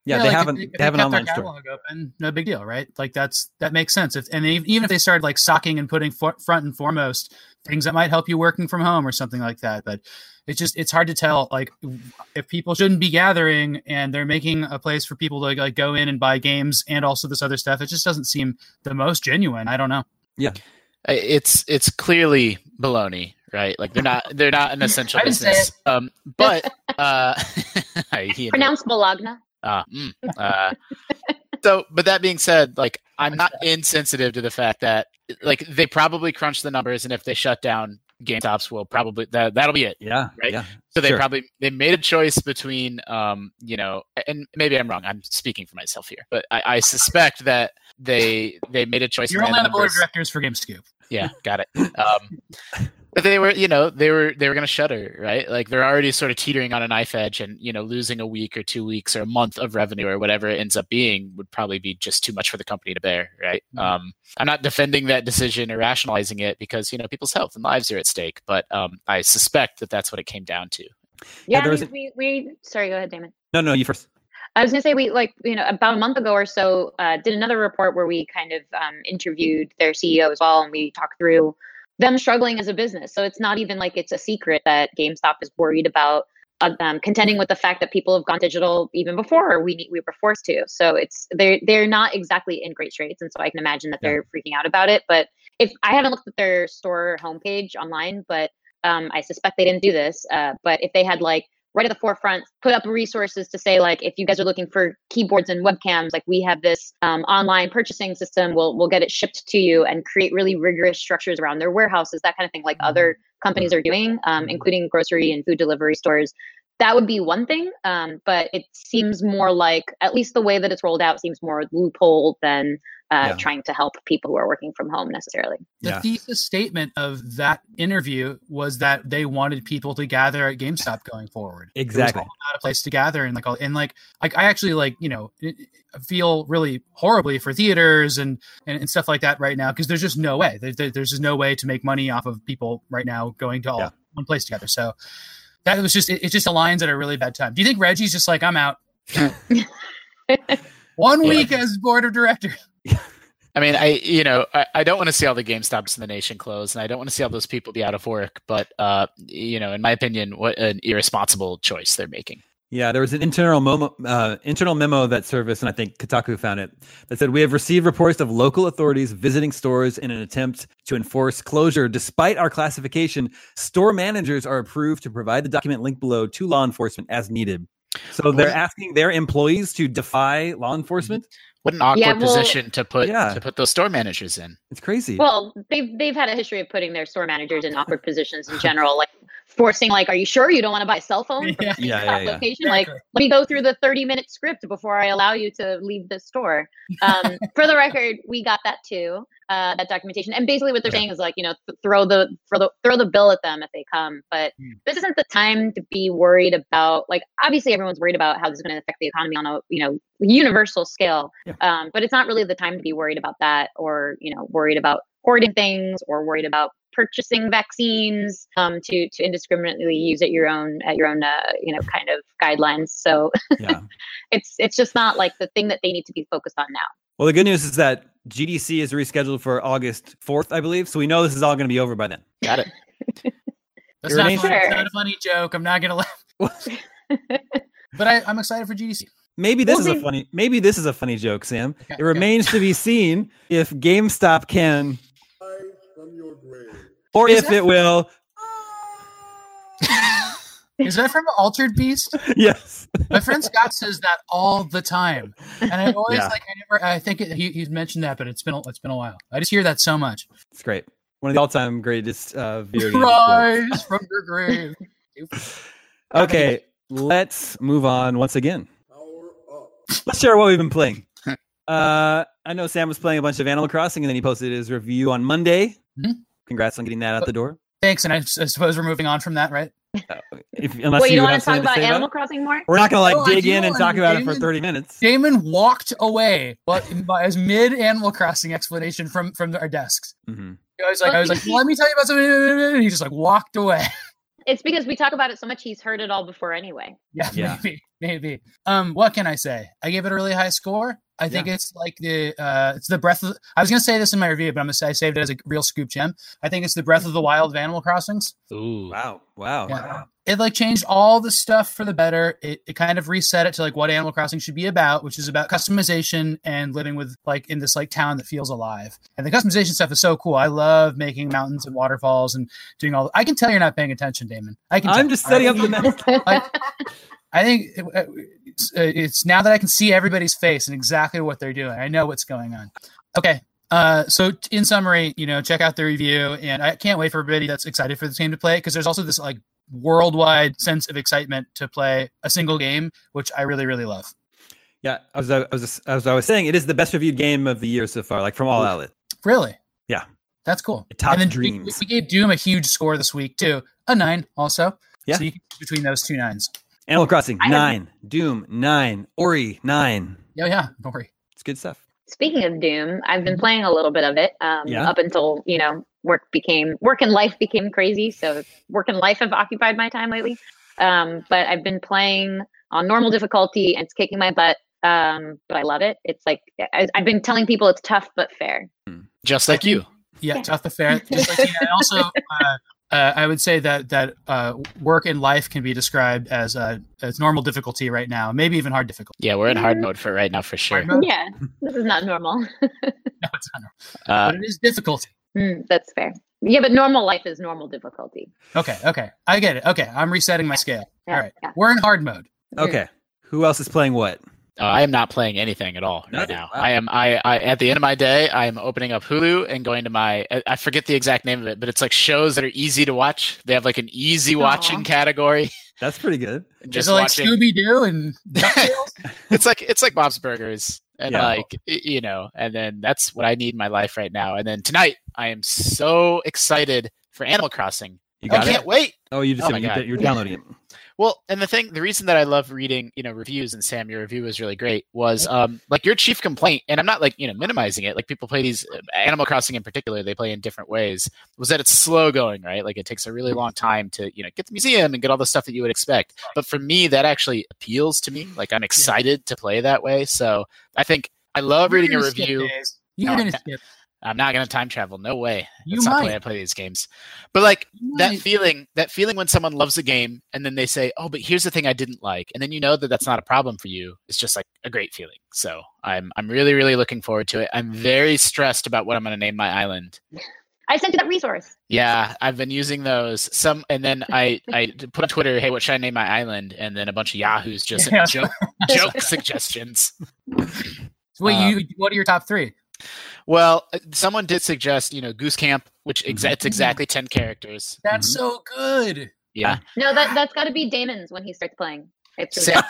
Speaker 2: Yeah, they
Speaker 3: like, if
Speaker 2: haven't
Speaker 3: if
Speaker 2: they have an
Speaker 3: kept their
Speaker 2: online store.
Speaker 3: catalog Open, no big deal, right? Like that's that makes sense. If and ev- even if they started like stocking and putting for, front and foremost things that might help you working from home or something like that, but it's just it's hard to tell like if people shouldn't be gathering and they're making a place for people to like go in and buy games and also this other stuff. It just doesn't seem the most genuine. I don't know.
Speaker 5: I- It's it's clearly baloney, right? Like they're not they're not an essential
Speaker 3: I didn't say
Speaker 5: business. Um, but uh, he and-
Speaker 4: pronounce bologna
Speaker 5: uh, mm, uh, so, but that being said, like I'm not insensitive to the fact that like they probably crunch the numbers, and if they shut down, GameStops will probably that that'll be it.
Speaker 2: Yeah.
Speaker 5: Right.
Speaker 2: Yeah.
Speaker 5: So they
Speaker 2: Sure.
Speaker 5: probably they made a choice between um, you know, and maybe I'm wrong. I'm speaking for myself here, but I, I suspect that they they made a choice.
Speaker 3: You're only on the board of
Speaker 5: numbers-
Speaker 3: directors for GameScoop.
Speaker 5: yeah, got it. Um, but they were, you know, they were they were going to shutter, right? Like they're already sort of teetering on a knife edge, and you know, losing a week or two weeks or a month of revenue or whatever it ends up being would probably be just too much for the company to bear, right? Um, I'm not defending that decision or rationalizing it because you know people's health and lives are at stake, but um, I suspect that that's what it came down to.
Speaker 2: Yeah,
Speaker 4: Yeah,
Speaker 2: there was a-
Speaker 4: we, we sorry, go ahead, Damon.
Speaker 2: No, no, you first.
Speaker 4: I was going to say we like you know about a month ago or so uh, did another report where we kind of um, interviewed their CEO as well, and we talked through them struggling as a business. So it's not even like it's a secret that GameStop is worried about uh, um, contending with the fact that people have gone digital even before we we were forced to. So it's they're they're not exactly in great straits, and so I can imagine that
Speaker 2: Yeah.
Speaker 4: they're freaking out about it. But if I haven't looked at their store homepage online, but um, I suspect they didn't do this. Uh, but if they had like right at the forefront put up resources to say like if you guys are looking for keyboards and webcams like we have this um, online purchasing system we'll, we'll get it shipped to you and create really rigorous structures around their warehouses that kind of thing like other companies are doing um, including grocery and food delivery stores that would be one thing um, but it seems more like at least the way that it's rolled out seems more loophole than uh,
Speaker 2: Yeah.
Speaker 4: trying to help people who are working from home necessarily
Speaker 3: The
Speaker 2: Yeah.
Speaker 3: thesis statement of that interview was that they wanted people to gather at GameStop going forward. It was
Speaker 2: Exactly.
Speaker 3: all about a place to gather and like all, and like I, I actually like you know it- it- feel really horribly for theaters and and, and stuff like that right now because there's just no way there, there- there's just no way to make money off of people right now going to all
Speaker 2: Yeah.
Speaker 3: one place together. So that was just it, it just aligns at a really bad time. Do you think Reggie's just like I'm out? One
Speaker 5: Yeah.
Speaker 3: week as board of directors.
Speaker 5: I mean, I you know, I, I don't want to see all the GameStops in the nation close, and I don't want to see all those people be out of work. But uh, you know, in my opinion, what an irresponsible choice they're making.
Speaker 2: Yeah, there was an internal memo, uh, internal memo that service, and I think Kotaku found it that said we have received reports of local authorities visiting stores in an attempt to enforce closure. Despite our classification, store managers are approved to provide the document linked below to law enforcement as needed. So they're asking their employees to defy law enforcement.
Speaker 5: What an awkward
Speaker 4: Yeah, well-
Speaker 5: position to put
Speaker 2: Yeah.
Speaker 5: to put those store managers in.
Speaker 2: It's crazy.
Speaker 4: Well, they've they've had a history of putting their store managers in awkward positions in general, like forcing like, "Are you sure you don't want to buy a cell phone from
Speaker 3: Yeah.
Speaker 4: the
Speaker 2: Yeah,
Speaker 4: GameStop
Speaker 2: yeah, yeah.
Speaker 4: location? Like,
Speaker 3: Exactly.
Speaker 4: let me go through the thirty minute script before I allow you to leave the store." Um, for the record, we got that too, uh, that documentation, and basically what they're
Speaker 2: Yeah.
Speaker 4: saying is like, you know, th- throw the throw the throw the bill at them if they come, but
Speaker 3: Hmm.
Speaker 4: this isn't the time to be worried about. Like, obviously, everyone's worried about how this is going to affect the economy on a you know universal scale.
Speaker 2: Yeah.
Speaker 4: Um, but it's not really the time to be worried about that or, you know, worried about hoarding things or worried about purchasing vaccines um, to, to indiscriminately use at your own, at your own, uh, you know, kind of guidelines. So
Speaker 2: yeah.
Speaker 4: it's, it's just not like the thing that they need to be focused on now.
Speaker 2: Well, the good news is that GDC is rescheduled for August fourth, I believe. So we know this is all going to be over by then.
Speaker 5: Got it.
Speaker 3: That's
Speaker 2: You're
Speaker 3: not,
Speaker 2: an
Speaker 3: funny. It's
Speaker 4: angel.
Speaker 3: not a funny joke. I'm not gonna laugh. But I, I'm excited for GDC.
Speaker 2: Maybe this
Speaker 4: Well,
Speaker 2: is a
Speaker 4: they-
Speaker 2: funny. Maybe this is a funny joke, Sam.
Speaker 3: Okay,
Speaker 2: It remains to be seen if GameStop can,
Speaker 1: rise from your grave.
Speaker 2: or
Speaker 3: Is
Speaker 2: if
Speaker 3: that-
Speaker 2: it will.
Speaker 3: Is that from Altered Beast?
Speaker 2: Yes.
Speaker 3: My friend Scott says that all the time, and I always
Speaker 5: Yeah.
Speaker 3: like. I never. I think it, he, he's mentioned that, but it's been a- it's been a while. I just hear that so much.
Speaker 2: It's great. One of the all-time greatest uh, video games.
Speaker 3: Rise from your grave.
Speaker 2: Okay, let's move on once again.
Speaker 1: Power up.
Speaker 2: Let's share what we've been playing. Uh, I know Sam was playing a bunch of Animal Crossing, and then he posted his review on Monday.
Speaker 3: Mhm.
Speaker 2: Congrats on getting that out the door. Uh,
Speaker 3: Thanks, and I, s- I suppose we're moving on from that, right?
Speaker 2: If, unless
Speaker 4: well, you
Speaker 2: you
Speaker 4: don't
Speaker 2: have
Speaker 4: want to talk
Speaker 2: something
Speaker 4: about
Speaker 2: to say
Speaker 4: Animal
Speaker 2: about it.
Speaker 4: Crossing more?
Speaker 2: We're not gonna like
Speaker 3: Oh, I
Speaker 2: dig
Speaker 3: do
Speaker 2: in and
Speaker 3: want
Speaker 2: talk
Speaker 3: to,
Speaker 2: about it for
Speaker 3: Damon.
Speaker 2: thirty minutes.
Speaker 3: Damon walked away, but as mid Animal Crossing explanation from from our desks.
Speaker 2: hmm
Speaker 3: I was like, I was like, let me tell you about something. And he just like walked away.
Speaker 4: It's because we talk about it so much. He's heard it all before anyway.
Speaker 3: Yeah,
Speaker 2: Yeah.
Speaker 3: maybe, maybe. Um, what can I say? I gave it a really high score. I think it's like the uh, it's the breath of. I was gonna say this in my review, but I'm gonna say I saved it as a real scoop gem. I think it's the breath of the wild of Animal Crossings.
Speaker 5: Ooh.
Speaker 2: Wow! Oh, Wow!
Speaker 3: Yeah. It like changed all the stuff for the better. It, it kind of reset it to like what Animal Crossing should be about, which is about customization and living with like in this like town that feels alive. And the customization stuff is so cool. I love making mountains and waterfalls and doing all. I can tell you're not paying attention, Damon. I can.
Speaker 2: I'm
Speaker 3: tell.
Speaker 2: just setting up the map.
Speaker 3: I think it- uh, it's, uh, it's now that I can see everybody's face and exactly what they're doing. I know what's going on. Okay, Uh, so t- in summary, you know, check out the review, and I can't wait for everybody that's excited for this game to play because there's also this like worldwide sense of excitement to play a single game, which I really really love.
Speaker 2: Yeah, as I was, as I was saying, it is the best reviewed game of the year so far, like from all outlets.
Speaker 3: Really?
Speaker 2: Yeah.
Speaker 3: That's cool.
Speaker 2: It topped
Speaker 3: and then we- We,
Speaker 2: Dreams.
Speaker 3: gave Doom a huge score this week too, a nine also.
Speaker 2: Yeah.
Speaker 3: So you can choose between those two nines.
Speaker 2: Animal Crossing
Speaker 4: I have-
Speaker 2: nine, Doom nine, Ori nine.
Speaker 3: Yeah, yeah. Don't worry.
Speaker 2: It's good stuff.
Speaker 4: Speaking of Doom, I've
Speaker 3: Mm-hmm.
Speaker 4: been playing a little bit of it um,
Speaker 2: Yeah.
Speaker 4: up until you know work became work and life became crazy. So work and life have occupied my time lately. Um, but I've been playing on normal difficulty, and it's kicking my butt. Um, but I love it. It's like I, I've been telling people it's tough but fair.
Speaker 5: Just like you.
Speaker 3: Yeah, tough the fair. Just like, you know, and also, uh, uh, I would say that that uh, work and life can be described as uh, as normal difficulty right now, maybe even hard difficulty.
Speaker 5: Yeah, we're in hard mode for right now for sure.
Speaker 3: Hard mode?
Speaker 4: Yeah, this is not normal.
Speaker 3: No, it's not normal,
Speaker 5: Uh,
Speaker 3: but it is difficulty.
Speaker 4: Mm, that's fair. Yeah, but normal life is normal difficulty.
Speaker 3: Okay, okay, I get it. Okay, I'm resetting my scale.
Speaker 4: Yeah,
Speaker 3: All right,
Speaker 4: yeah.
Speaker 3: we're in hard mode.
Speaker 4: Mm.
Speaker 2: Okay, who else is playing what?
Speaker 5: Uh, I am not playing anything at all right
Speaker 2: Nothing.
Speaker 5: now.
Speaker 2: Wow.
Speaker 5: I am I, I at the end of my day, I am opening up Hulu and going to my I, I forget the exact name of it, but it's like shows that are easy to watch. They have like an easy watching category.
Speaker 2: That's pretty good.
Speaker 5: Just
Speaker 3: is it like
Speaker 5: watching.
Speaker 3: Scooby Doo and DuckTales?
Speaker 5: it's like it's like Bob's Burgers and
Speaker 2: Yeah.
Speaker 5: like y- you know, and then that's what I need in my life right now. And then tonight, I am so excited for Animal Crossing.
Speaker 2: You
Speaker 5: I
Speaker 2: got
Speaker 5: can't
Speaker 2: it.
Speaker 5: wait.
Speaker 2: Oh, you just
Speaker 5: Oh my
Speaker 2: you-
Speaker 5: God.
Speaker 2: you're downloading it.
Speaker 5: Well, and the thing, the reason that I love reading, you know, reviews and Sam, your review was really great. Was um like your chief complaint, and I'm not like you know minimizing it. Like people play these uh, Animal Crossing in particular, they play in different ways. Was that it's slow going, right? Like it takes a really long time to you know get the museum and get all the stuff that you would expect. But for me, that actually appeals to me. Like I'm excited to play that way. So I think I love reading a
Speaker 3: You're gonna skip
Speaker 5: review.
Speaker 3: days. You're
Speaker 5: No,
Speaker 3: gonna
Speaker 5: I-
Speaker 3: skip.
Speaker 5: I'm not gonna time travel. No way.
Speaker 3: You
Speaker 5: That's not the way I
Speaker 3: might.
Speaker 5: play these games. But like
Speaker 3: You
Speaker 5: that
Speaker 3: might.
Speaker 5: feeling that feeling when someone loves a game and then they say oh but here's the thing i didn't like and then you know that that's not a problem for you it's just like a great feeling so i'm i'm really really looking forward to it i'm very stressed about what i'm going to name my island
Speaker 4: I sent you that resource.
Speaker 5: yeah i've been using those some and then i i put on twitter hey what should i name my island and then a bunch of yahoos just
Speaker 3: Yeah.
Speaker 5: joke, joke suggestions
Speaker 3: So wait,
Speaker 5: um,
Speaker 3: you, what are your top three?
Speaker 5: well uh, someone did suggest you know goose camp which exa- it's exactly 10 characters
Speaker 3: That's so good.
Speaker 5: yeah
Speaker 4: No, that that's got to be Damon's when he starts playing. It's
Speaker 5: Sam-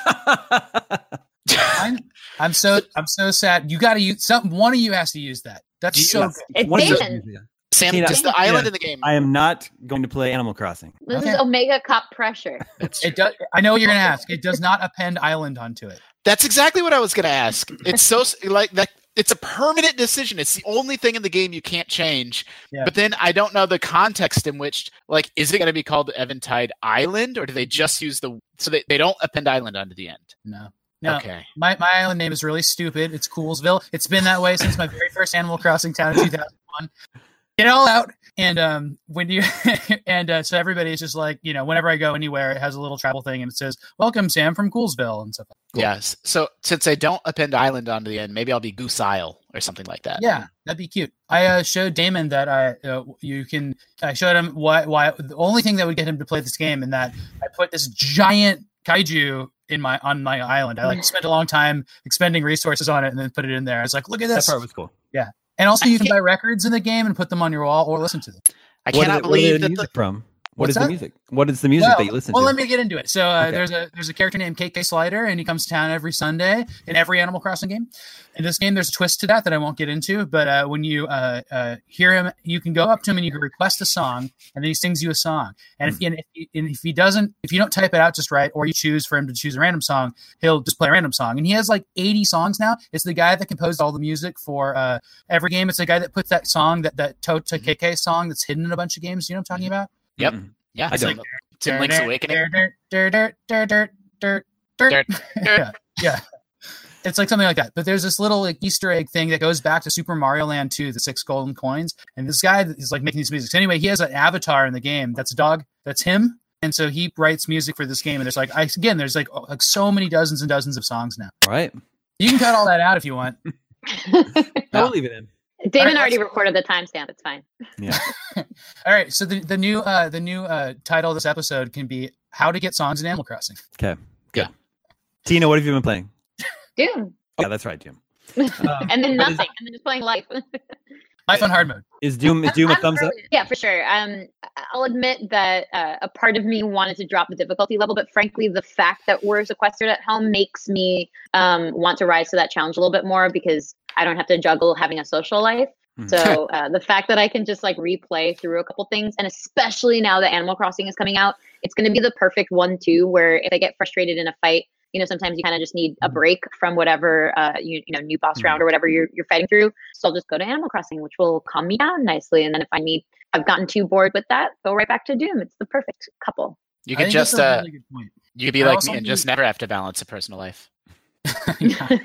Speaker 3: I'm, I'm so I'm so sad. You got to use some. One of you has to use that. That's
Speaker 5: Do you-
Speaker 3: so
Speaker 5: Yeah.
Speaker 4: It's
Speaker 3: good.
Speaker 2: One of the-
Speaker 4: Damon's.
Speaker 5: sam
Speaker 2: Tina,
Speaker 5: just the
Speaker 2: yeah.
Speaker 5: island in the game
Speaker 2: I am not going to play Animal Crossing.
Speaker 4: This
Speaker 3: Okay.
Speaker 4: is Omega Cop pressure.
Speaker 5: That's
Speaker 3: It does. I know what you're gonna ask. It does not append island onto it.
Speaker 5: That's exactly what I was going to ask. It's so like that. It's a permanent decision. It's the only thing in the game you can't change.
Speaker 3: Yeah.
Speaker 5: But then I don't know the context in which, like, is it going to be called Eventide Island, or do they just use the so they, they don't append island onto the end?
Speaker 3: No. No.
Speaker 5: Okay.
Speaker 3: My my island name is really stupid. It's Coolsville. It's been that way since my very first Animal Crossing town in 2001. Get it all out. And um, when you and uh, so everybody's just like you know, whenever I go anywhere, it has a little travel thing and it says "Welcome, Sam from Coolsville" and stuff. Cool.
Speaker 5: Yes. So since I don't append island onto the end, maybe I'll be Goose Isle or something like that.
Speaker 3: Yeah, that'd be cute. I uh, showed Damon that I uh, you can. I showed him why why the only thing that would get him to play this game, and that I put this giant kaiju in my on my island.
Speaker 2: Mm.
Speaker 3: I like spent a long time expending resources on it, and then put it in there. I was like, look at
Speaker 2: That
Speaker 3: this.
Speaker 2: part was cool.
Speaker 3: And also,
Speaker 5: I
Speaker 3: you can
Speaker 5: can't-
Speaker 3: buy records in the game and put them on your wall or listen to them.
Speaker 5: I
Speaker 2: What is
Speaker 5: cannot
Speaker 2: it- what is
Speaker 5: believe
Speaker 2: the
Speaker 5: that the,
Speaker 2: music from? What
Speaker 3: What's
Speaker 2: is the
Speaker 3: that?
Speaker 2: music? What is the music that you listen
Speaker 3: well,
Speaker 2: to?
Speaker 3: let me get into it. So uh,
Speaker 2: Okay.
Speaker 3: there's a there's a character named KK Slider, and he comes to town every Sunday in every Animal Crossing game. In this game, there's a twist to that that I won't get into. But uh, when you uh, uh, hear him, you can go up to him and you can request a song, and then he sings you a song. And
Speaker 2: Hmm.
Speaker 3: if, and, if he, and if he doesn't, if you don't type it out just right, or you choose for him to choose a random song, he'll just play a random song. And he has like 80 songs now. It's the guy that composed all the music for uh, every game. It's the guy that puts that song that that
Speaker 2: Mm-hmm.
Speaker 3: Tota KK song that's hidden in a bunch of games. You know what I'm talking about?
Speaker 5: Yep.
Speaker 2: Mm-mm.
Speaker 5: yeah,
Speaker 2: I
Speaker 5: it's in-
Speaker 2: don't.
Speaker 5: it's in Link's Awakening.
Speaker 3: Dirt, dirt, dirt, dirt, dirt, dirt. yeah, yeah. It's like something like that. But there's this little like Easter egg thing that goes back to Super Mario Land 2, the six golden coins. And this guy is like making these music. So anyway, he has an avatar in the game. That's a dog. That's him. And so he writes music for this game. And there's like, I, again, there's like, oh, like so many dozens and dozens of songs now.
Speaker 2: All right.
Speaker 3: You can cut all that out if you want.
Speaker 2: I will
Speaker 5: Yeah.
Speaker 2: leave it in.
Speaker 4: Damon already recorded the timestamp. It's fine.
Speaker 3: All right. So the, the new uh, the new uh, title of this episode can be How to Get Songs in Animal Crossing.
Speaker 2: Tina, what have you been playing?
Speaker 4: Doom.
Speaker 2: Oh, yeah, that's right, Jim. Um,
Speaker 4: and then
Speaker 2: but is-
Speaker 4: nothing, and then just playing life.
Speaker 3: iPhone hard mode.
Speaker 2: Is Doom is Doom a
Speaker 4: I'm
Speaker 2: thumbs up?
Speaker 4: really- Yeah, for sure. Um, I- I'll admit that uh, a part of me wanted to drop the difficulty level, but frankly, the fact that we're sequestered at home makes me um, want to rise to that challenge a little bit more because I don't have to juggle having a social life.
Speaker 2: Mhm.
Speaker 4: So uh, the fact that I can just like replay through a couple things, and especially now that Animal Crossing is coming out, it's going to be the perfect one-two where if I get frustrated in a fight, you know, sometimes you kind of just need
Speaker 3: Mm-hmm.
Speaker 4: a break from whatever uh, you you know new boss round or whatever you're you're fighting through. So I'll just go to Animal Crossing, which will calm me down nicely. And then if I need, I've gotten too bored with that, go right back to Doom. It's the perfect couple.
Speaker 5: You
Speaker 3: I
Speaker 5: could
Speaker 3: think that's
Speaker 5: just
Speaker 3: a
Speaker 5: uh,
Speaker 3: really good point.
Speaker 5: you could be
Speaker 3: I
Speaker 5: like
Speaker 3: also
Speaker 5: me and
Speaker 3: think-
Speaker 5: just never have to balance a personal life.
Speaker 3: Yeah.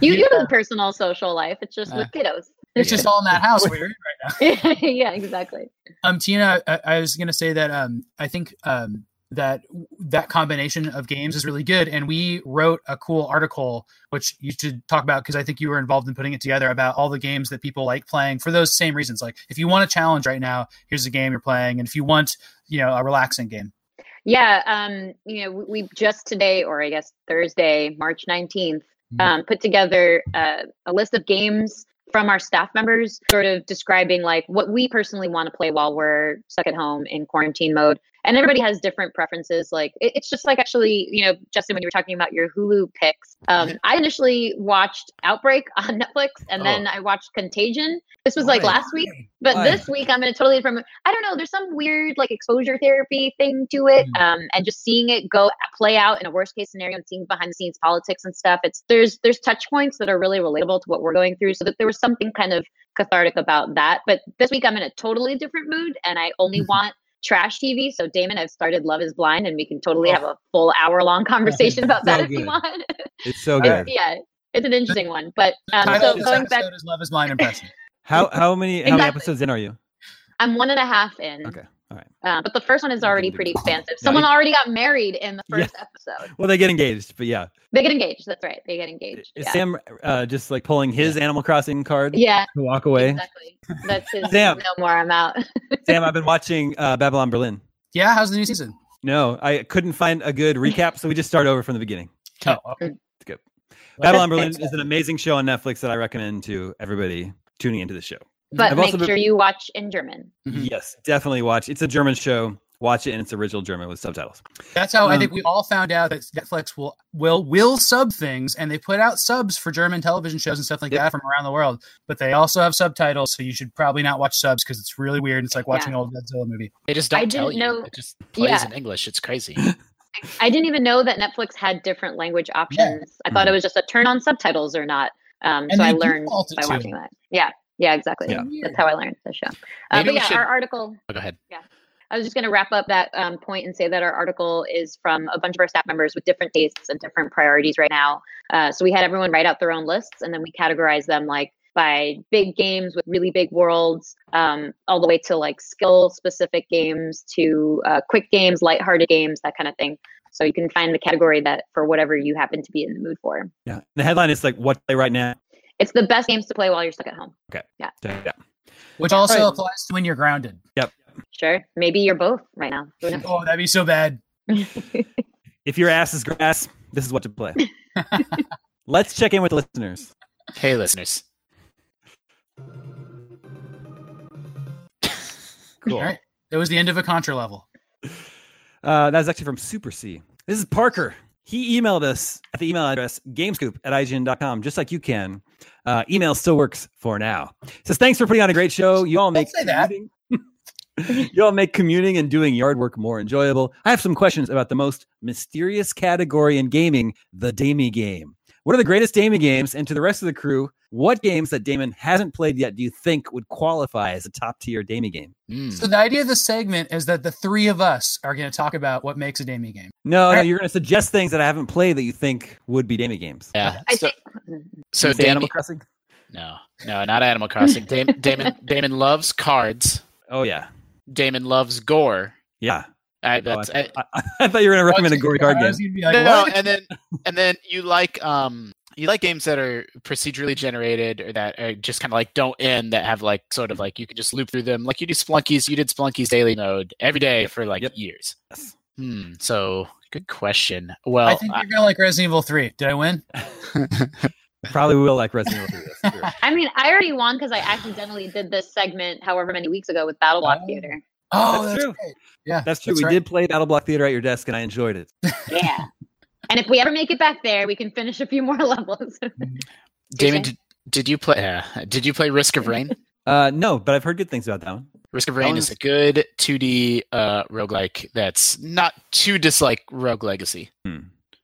Speaker 4: you do
Speaker 3: Yeah.
Speaker 4: have a personal social life. It's just with kiddos.
Speaker 3: It's just all in that house where you're in right now.
Speaker 4: yeah, exactly.
Speaker 3: Um, Tina, I, I was gonna say that um, I think um, that that combination of games is really good, and we wrote a cool article which you should talk about because I think you were involved in putting it together about all the games that people like playing for those same reasons. Like, if you want a challenge right now, here's a game you're playing, and if you want, you know, a relaxing game.
Speaker 4: Yeah, um, you know, we, we just today, or I guess Thursday, March 19th,
Speaker 3: Mhm.
Speaker 4: um, put together uh, a list of games from our staff members, sort of describing like what we personally want to play while we're stuck at home in quarantine mode. And everybody has different preferences. Like it, it's just like actually, you know, Justin, when you were talking about your Hulu picks, um, I initially watched Outbreak on Netflix, and then I watched Contagion. This was like
Speaker 2: Why?
Speaker 4: last week. But
Speaker 2: Why?
Speaker 4: this week I'm in a totally different. I don't know. There's some weird like exposure therapy thing to it,
Speaker 3: Mm.
Speaker 4: um, and just seeing it go play out in a worst case scenario and seeing behind the scenes politics and stuff. It's there's there's touch points that are really relatable to what we're going through. So that there was something kind of cathartic about that. But this week I'm in a totally different mood, and I only
Speaker 3: Mhm.
Speaker 4: want trash TV. So Damon, I've started Love Is Blind, and we can totally have a full hour long conversation about that
Speaker 2: Oh. So
Speaker 4: if you
Speaker 2: good.
Speaker 4: want.
Speaker 2: It's so good.
Speaker 4: yeah, it's an interesting one. But um,
Speaker 3: Title
Speaker 4: so
Speaker 3: of this
Speaker 4: going back,
Speaker 3: episode is Love Is Blind impression.
Speaker 2: How how many how many
Speaker 4: Exactly.
Speaker 2: episodes in are you?
Speaker 4: I'm one and a half in.
Speaker 2: Okay. All right.
Speaker 4: Uh, but the first one is
Speaker 2: You
Speaker 4: already
Speaker 2: can do
Speaker 4: pretty
Speaker 2: it.
Speaker 4: expansive.
Speaker 2: Yeah,
Speaker 4: Someone
Speaker 2: you-
Speaker 4: already got married in the
Speaker 2: Yeah.
Speaker 4: first episode.
Speaker 2: Well, they get engaged, but yeah.
Speaker 4: They get engaged. That's right. They get engaged.
Speaker 2: Is
Speaker 4: Yeah.
Speaker 2: Sam uh, just like pulling his Animal Crossing card
Speaker 4: yeah,
Speaker 2: to walk away?
Speaker 4: exactly. That's his
Speaker 2: Sam.
Speaker 4: no more. I'm out.
Speaker 2: Sam, I've been watching uh, Babylon Berlin.
Speaker 3: yeah, how's the new season?
Speaker 2: No, I couldn't find a good recap, so we just start over from the beginning.
Speaker 3: Oh, okay.
Speaker 2: It's good.
Speaker 3: Well,
Speaker 2: Babylon
Speaker 3: that's-
Speaker 2: Berlin is an amazing show on Netflix that I recommend to everybody tuning into the show.
Speaker 4: But
Speaker 2: I've
Speaker 4: make
Speaker 2: also been-
Speaker 4: sure you watch in German.
Speaker 3: Mhm.
Speaker 2: Yes, definitely watch. It's a German show. Watch it in its original German with subtitles.
Speaker 3: That's how I think
Speaker 2: Um,
Speaker 3: we all found out that Netflix will will will sub things, and they put out subs for German television shows and stuff like
Speaker 2: Yep.
Speaker 3: that from around the world. But they also have subtitles, so you should probably not watch subs because it's really weird. It's like watching an old Godzilla movie.
Speaker 5: They just
Speaker 4: I
Speaker 5: don't tell you.
Speaker 4: didn't know-
Speaker 5: It just plays
Speaker 4: Yeah.
Speaker 5: in English. It's crazy.
Speaker 4: I didn't even know that Netflix had different language options. I
Speaker 2: Mm-hmm.
Speaker 4: thought it was just a turn on subtitles or not. Um,
Speaker 3: And
Speaker 4: so I
Speaker 3: they do
Speaker 4: learned
Speaker 3: multitude.
Speaker 4: by watching that. Yeah. Yeah, exactly.
Speaker 2: Yeah.
Speaker 4: That's how I learned the show. Uh,
Speaker 5: Maybe
Speaker 4: but
Speaker 5: we
Speaker 4: yeah,
Speaker 5: should-
Speaker 4: our article
Speaker 5: Oh, go ahead.
Speaker 4: I was just going to wrap up that um, point and say that our article is from a bunch of our staff members with different tastes and different priorities right now. Uh, so we had everyone write out their own lists and then we categorized them like by big games with really big worlds, um, all the way to like skill specific games to uh, quick games, lighthearted games, that kind of thing. So you can find the category that for whatever you happen to be in the mood for.
Speaker 2: Yeah. The headline is like what play right now.
Speaker 4: It's the best games to play while you're stuck at home.
Speaker 2: Yeah.
Speaker 3: Which also
Speaker 2: Right.
Speaker 3: applies to when you're grounded.
Speaker 4: Sure. Maybe you're both right now. Who knows?
Speaker 3: Oh, that'd be so bad.
Speaker 2: If your ass is grass, this is what to play. Let's check in with the listeners.
Speaker 5: Hey, listeners.
Speaker 2: Cool.
Speaker 3: All right. That was the end of a Contra level.
Speaker 2: Uh, that was actually from Super C. This is Parker. He emailed us at the email address gamescoop at IGN.com, just like you can. Uh, email still works for now. Says, thanks for putting on a great show. You all make
Speaker 3: say that.
Speaker 2: commuting- you all make commuting and doing yard work more enjoyable. I have some questions about the most mysterious category in gaming, the Damie game. What are the greatest Damie games? And to the rest of the crew, what games that Damon hasn't played yet do you think would qualify as a top tier Damie game?
Speaker 5: Mm.
Speaker 3: So the idea of this segment is that the three of us are going to talk about what makes a Damien game.
Speaker 2: No, no,
Speaker 3: Alright.
Speaker 2: you're going to suggest things that I haven't played that you think would be Damie games.
Speaker 5: yeah.
Speaker 4: I
Speaker 5: So,
Speaker 4: think
Speaker 5: so
Speaker 2: Did you say
Speaker 5: Damien,
Speaker 2: Animal Crossing.
Speaker 5: no, no, not Animal Crossing. Dam- Damon, Damon loves cards.
Speaker 2: Oh yeah,
Speaker 5: Damon loves gore.
Speaker 2: yeah.
Speaker 5: I,
Speaker 2: No,
Speaker 5: that's, I,
Speaker 2: I, I- I thought you were going to recommend a gory card
Speaker 3: I
Speaker 2: game.
Speaker 3: was gonna be like,
Speaker 5: no, no,
Speaker 3: what?
Speaker 5: and then and then you like um you like games that are procedurally generated or that are just kind of like don't end that have like sort of like you can just loop through them like you do Splunkies you did Splunkies daily mode every day for like
Speaker 2: Yep.
Speaker 5: years.
Speaker 2: Yes.
Speaker 5: Hmm. So good question. Well, uh,
Speaker 3: I think you're going to like Resident Evil 3. Did I win?
Speaker 2: Probably will like Resident Evil 3. That's true.
Speaker 4: I mean, I already won because I accidentally did this segment however many weeks ago with Battle Block
Speaker 3: Oh.
Speaker 4: Theater.
Speaker 3: Oh,
Speaker 2: That's
Speaker 3: that's,
Speaker 2: true.
Speaker 3: great. Yeah,
Speaker 2: That's true. we
Speaker 3: right.
Speaker 2: did play Battle Block Theater at your desk, and I enjoyed it.
Speaker 4: Yeah. and if we ever make it back there, we can finish a few more levels.
Speaker 5: Damon,
Speaker 4: Okay.
Speaker 5: did, did you play? Uh, did you play Risk of Rain?
Speaker 2: Uh, no, but I've heard good things about that one.
Speaker 5: Risk of Rain
Speaker 2: Oh,
Speaker 5: is
Speaker 2: yeah.
Speaker 5: a good 2D uh, roguelike that's not too dislike Rogue Legacy.